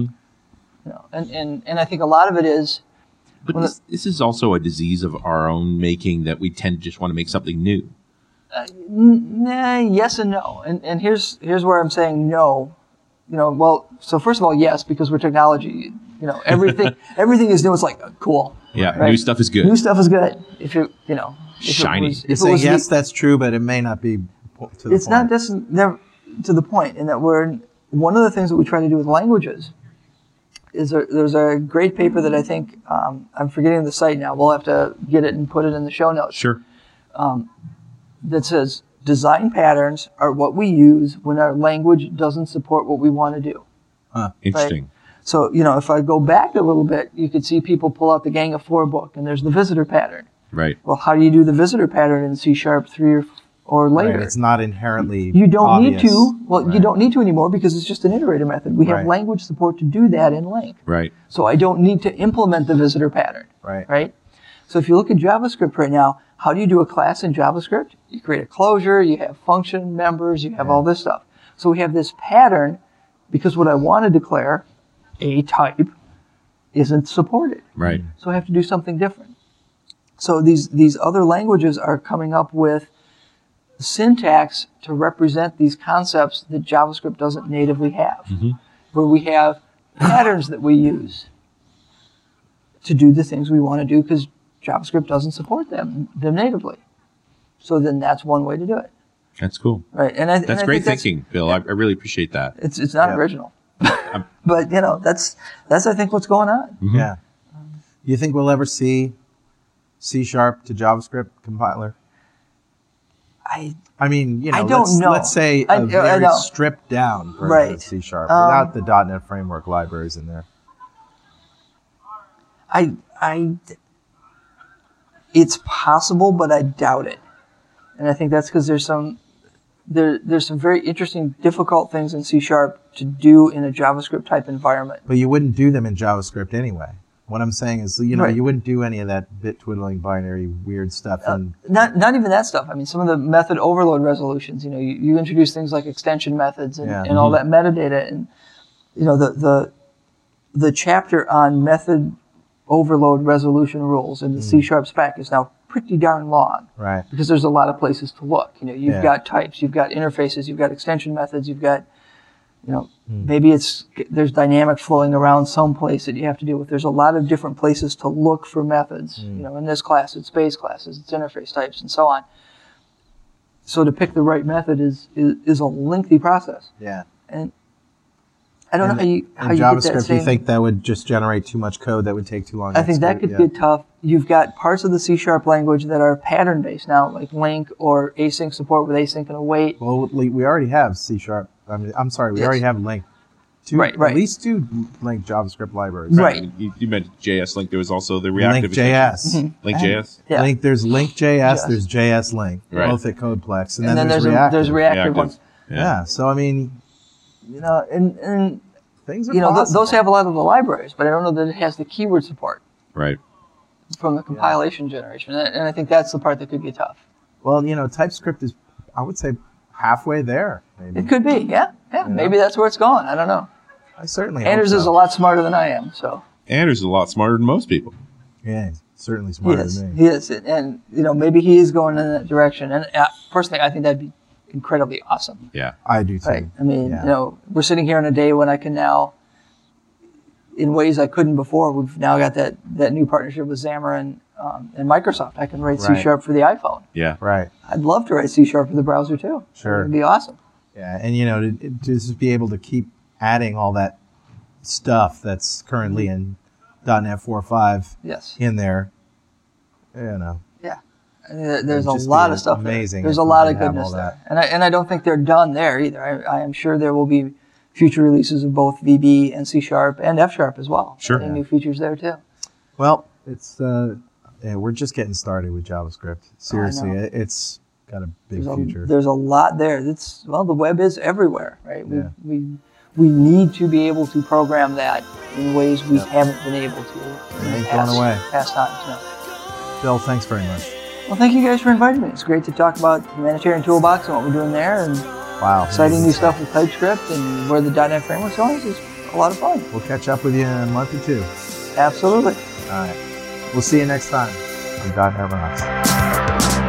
Speaker 5: You know, and, and and I think a lot of it is
Speaker 4: But
Speaker 5: Well,
Speaker 4: this, this is also a disease of our own making that we tend to just want to make something new.
Speaker 5: Nah, yes and no. And and here's here's where I'm saying no. You know, well, so first of all, yes, because we're technology. You know, everything everything is new. It's like uh, cool.
Speaker 4: Yeah.
Speaker 5: Right.
Speaker 4: New stuff is good.
Speaker 5: New stuff is good. If it, you know, if
Speaker 4: Shiny.
Speaker 5: It was,
Speaker 3: You're
Speaker 5: if it
Speaker 3: saying,
Speaker 5: was
Speaker 3: yes,
Speaker 5: the-
Speaker 3: that's true, but it may not be po- to the
Speaker 5: it's
Speaker 3: point.
Speaker 5: not just never to the point, in that we're one of the things that we try to do with languages is there, there's a great paper that I think um, I'm forgetting the site now. We'll have to get it and put it in the show notes.
Speaker 4: Sure.
Speaker 5: that says design patterns are what we use when our language doesn't support what we want to do.
Speaker 4: Interesting.
Speaker 5: So, you know, if I go back a little bit, you could see people pull out the Gang of Four book and there's the visitor pattern.
Speaker 4: Right.
Speaker 5: Well, how do you do the visitor pattern in C sharp three or, or
Speaker 3: Right,
Speaker 5: later?
Speaker 3: It's not inherently.
Speaker 5: you don't need
Speaker 3: obvious.
Speaker 5: to. Well, you
Speaker 3: Right.
Speaker 5: don't need to anymore because it's just an iterator method. We have
Speaker 3: Right.
Speaker 5: language support to do that in Lang.
Speaker 4: Right.
Speaker 5: So I don't need to implement the visitor pattern.
Speaker 3: Right.
Speaker 5: Right? So if you look at JavaScript right now, how do you do a class in JavaScript? You create a closure, you have function members, you have all this stuff. So we have this pattern because what I want to declare, a type, isn't supported.
Speaker 4: Right.
Speaker 5: So I have to do something different. So these, these other languages are coming up with syntax to represent these concepts that JavaScript doesn't natively have,
Speaker 4: Mm-hmm.
Speaker 5: where we have patterns that we use to do the things we want to do because JavaScript doesn't support them, them natively. So then that's one way to do it,
Speaker 4: That's cool.
Speaker 5: right? And I, and
Speaker 4: That's
Speaker 5: I
Speaker 4: great
Speaker 5: think that's-
Speaker 4: thinking, Bill. I, I really appreciate that.
Speaker 5: It's it's not
Speaker 3: Yeah.
Speaker 5: original, but you know that's that's I think what's going on.
Speaker 4: Mm-hmm.
Speaker 3: Yeah. Do you think we'll ever see C sharp to JavaScript compiler?
Speaker 5: I
Speaker 3: I mean, you know,
Speaker 5: I don't
Speaker 3: let's,
Speaker 5: know.
Speaker 3: let's say
Speaker 5: I-
Speaker 3: a
Speaker 5: I
Speaker 3: very
Speaker 5: know.
Speaker 3: stripped down version
Speaker 5: Right.
Speaker 3: of C sharp
Speaker 5: Um,
Speaker 3: without the .NET framework libraries in there.
Speaker 5: I, I, it's possible, but I doubt it. And I think that's because there's some, there, there's some very interesting, difficult things in C sharp to do in a JavaScript type environment.
Speaker 3: But you wouldn't do them in JavaScript anyway. What I'm saying is, you know,
Speaker 5: Right. Uh,
Speaker 3: you wouldn't do any of that bit twiddling binary weird stuff. And
Speaker 5: Not, not even that stuff. I mean, some of the method overload resolutions, you know, you, you introduce things like extension methods and,
Speaker 3: Yeah.
Speaker 5: and all that metadata and, you know, the, the, the chapter on method overload resolution rules in the C sharp spec is now pretty darn long.
Speaker 3: right,
Speaker 5: because there's a lot of places to look. You know, you've
Speaker 3: Yeah.
Speaker 5: got types, you've got interfaces, you've got extension methods, you've got, you know,
Speaker 3: Hmm.
Speaker 5: maybe it's there's dynamic flowing around someplace that you have to deal with. There's a lot of different places to look for methods.
Speaker 3: Hmm.
Speaker 5: You know, in this class, it's base classes, it's interface types, and so on. So to pick the right method is is, is a lengthy process.
Speaker 3: yeah.
Speaker 5: I don't
Speaker 3: In-
Speaker 5: know how you how
Speaker 3: in
Speaker 5: you get that
Speaker 3: JavaScript,
Speaker 5: same,
Speaker 3: you think that would just generate too much code that would take too long. to
Speaker 5: I think that could
Speaker 3: execute, yeah.
Speaker 5: get tough. You've got parts of the C sharp language that are pattern based now, like link or async support with async and await.
Speaker 3: Well, we we already have C sharp. I mean, I'm sorry, we
Speaker 5: Yes.
Speaker 3: already have Link. Two,
Speaker 5: Right, right.
Speaker 3: At least two Link JavaScript libraries.
Speaker 5: Right.
Speaker 4: I mean, You, you meant JS Link. There was also the reactive
Speaker 3: Link JS.
Speaker 5: Mm-hmm.
Speaker 4: Link JS.
Speaker 5: Yeah.
Speaker 3: Link, there's Link JS,
Speaker 5: Yes.
Speaker 3: there's JS Link,
Speaker 4: Right.
Speaker 3: both at Codeplex, and,
Speaker 5: and
Speaker 3: then, there's,
Speaker 5: a-
Speaker 3: React.
Speaker 5: there's reactive,
Speaker 4: Reactive.
Speaker 5: ones.
Speaker 3: yeah. So I mean,
Speaker 5: You know, and, and
Speaker 3: things are
Speaker 5: you know th-
Speaker 3: possible.
Speaker 5: those have a lot of the libraries, but I don't know that it has the keyword support
Speaker 4: Right.
Speaker 5: from the compilation generation, and and I think that's the part that could get tough.
Speaker 3: Well, you know, TypeScript is, I would say, halfway there.
Speaker 5: It
Speaker 3: Maybe.
Speaker 5: could be, yeah, yeah. Maybe that's where it's going. I don't know.
Speaker 3: I certainly. hope
Speaker 5: Anders
Speaker 3: so.
Speaker 5: is a lot smarter than I am, so
Speaker 4: Anders is a lot smarter than most people.
Speaker 3: Yeah, he's certainly smarter
Speaker 5: yes,
Speaker 3: than me.
Speaker 5: he is, and, and you know maybe he is going in that direction. And uh, personally, I think that'd be incredibly awesome.
Speaker 4: Yeah.
Speaker 3: I do too.
Speaker 5: Right. I mean,
Speaker 3: Yeah.
Speaker 5: you know, we're sitting here on a day when I can now, in ways I couldn't before, we've now got that, that new partnership with Xamarin um, and Microsoft. I can write
Speaker 3: Right.
Speaker 5: C Sharp for the iPhone.
Speaker 4: Yeah.
Speaker 3: Right.
Speaker 5: I'd love to write C Sharp for the browser too.
Speaker 3: Sure.
Speaker 5: It'd be awesome.
Speaker 3: Yeah, and you know, to, to just be able to keep adding all that stuff that's currently in .NET 4.5
Speaker 5: Yes.
Speaker 3: in there, you know,
Speaker 5: I mean, there- There's a
Speaker 3: It'd just
Speaker 5: lot
Speaker 3: be
Speaker 5: of stuff. there.
Speaker 3: amazing
Speaker 5: There's
Speaker 3: if
Speaker 5: a
Speaker 3: we
Speaker 5: lot
Speaker 3: could
Speaker 5: of
Speaker 3: have
Speaker 5: goodness
Speaker 3: all
Speaker 5: there,
Speaker 3: that.
Speaker 5: and I, and I don't think they're done there either. I, I am sure there will be future releases of both VB and C Sharp and F Sharp as well.
Speaker 4: Sure.
Speaker 5: And new features there too.
Speaker 3: Well, it's uh, yeah, we're just getting started with JavaScript. Seriously,
Speaker 5: know.
Speaker 3: it, it's got a big
Speaker 5: There's a,
Speaker 3: future.
Speaker 5: there's a lot there. That's well, the web is everywhere, right? We,
Speaker 3: Yeah.
Speaker 5: we we need to be able to program that in ways we haven't been able to. in
Speaker 3: ain't
Speaker 5: past-
Speaker 3: going away.
Speaker 5: Past times, no.
Speaker 3: Bill, thanks very much.
Speaker 5: Well, thank you guys for inviting me. It's great to talk about humanitarian toolbox and what we're doing there, and
Speaker 3: Wow,
Speaker 5: exciting new stuff with TypeScript and where the .NET framework's going. It's just a lot of fun.
Speaker 3: We'll catch up with you in a month or two.
Speaker 5: Absolutely.
Speaker 3: All right, we'll see you next time on .NET Rocks.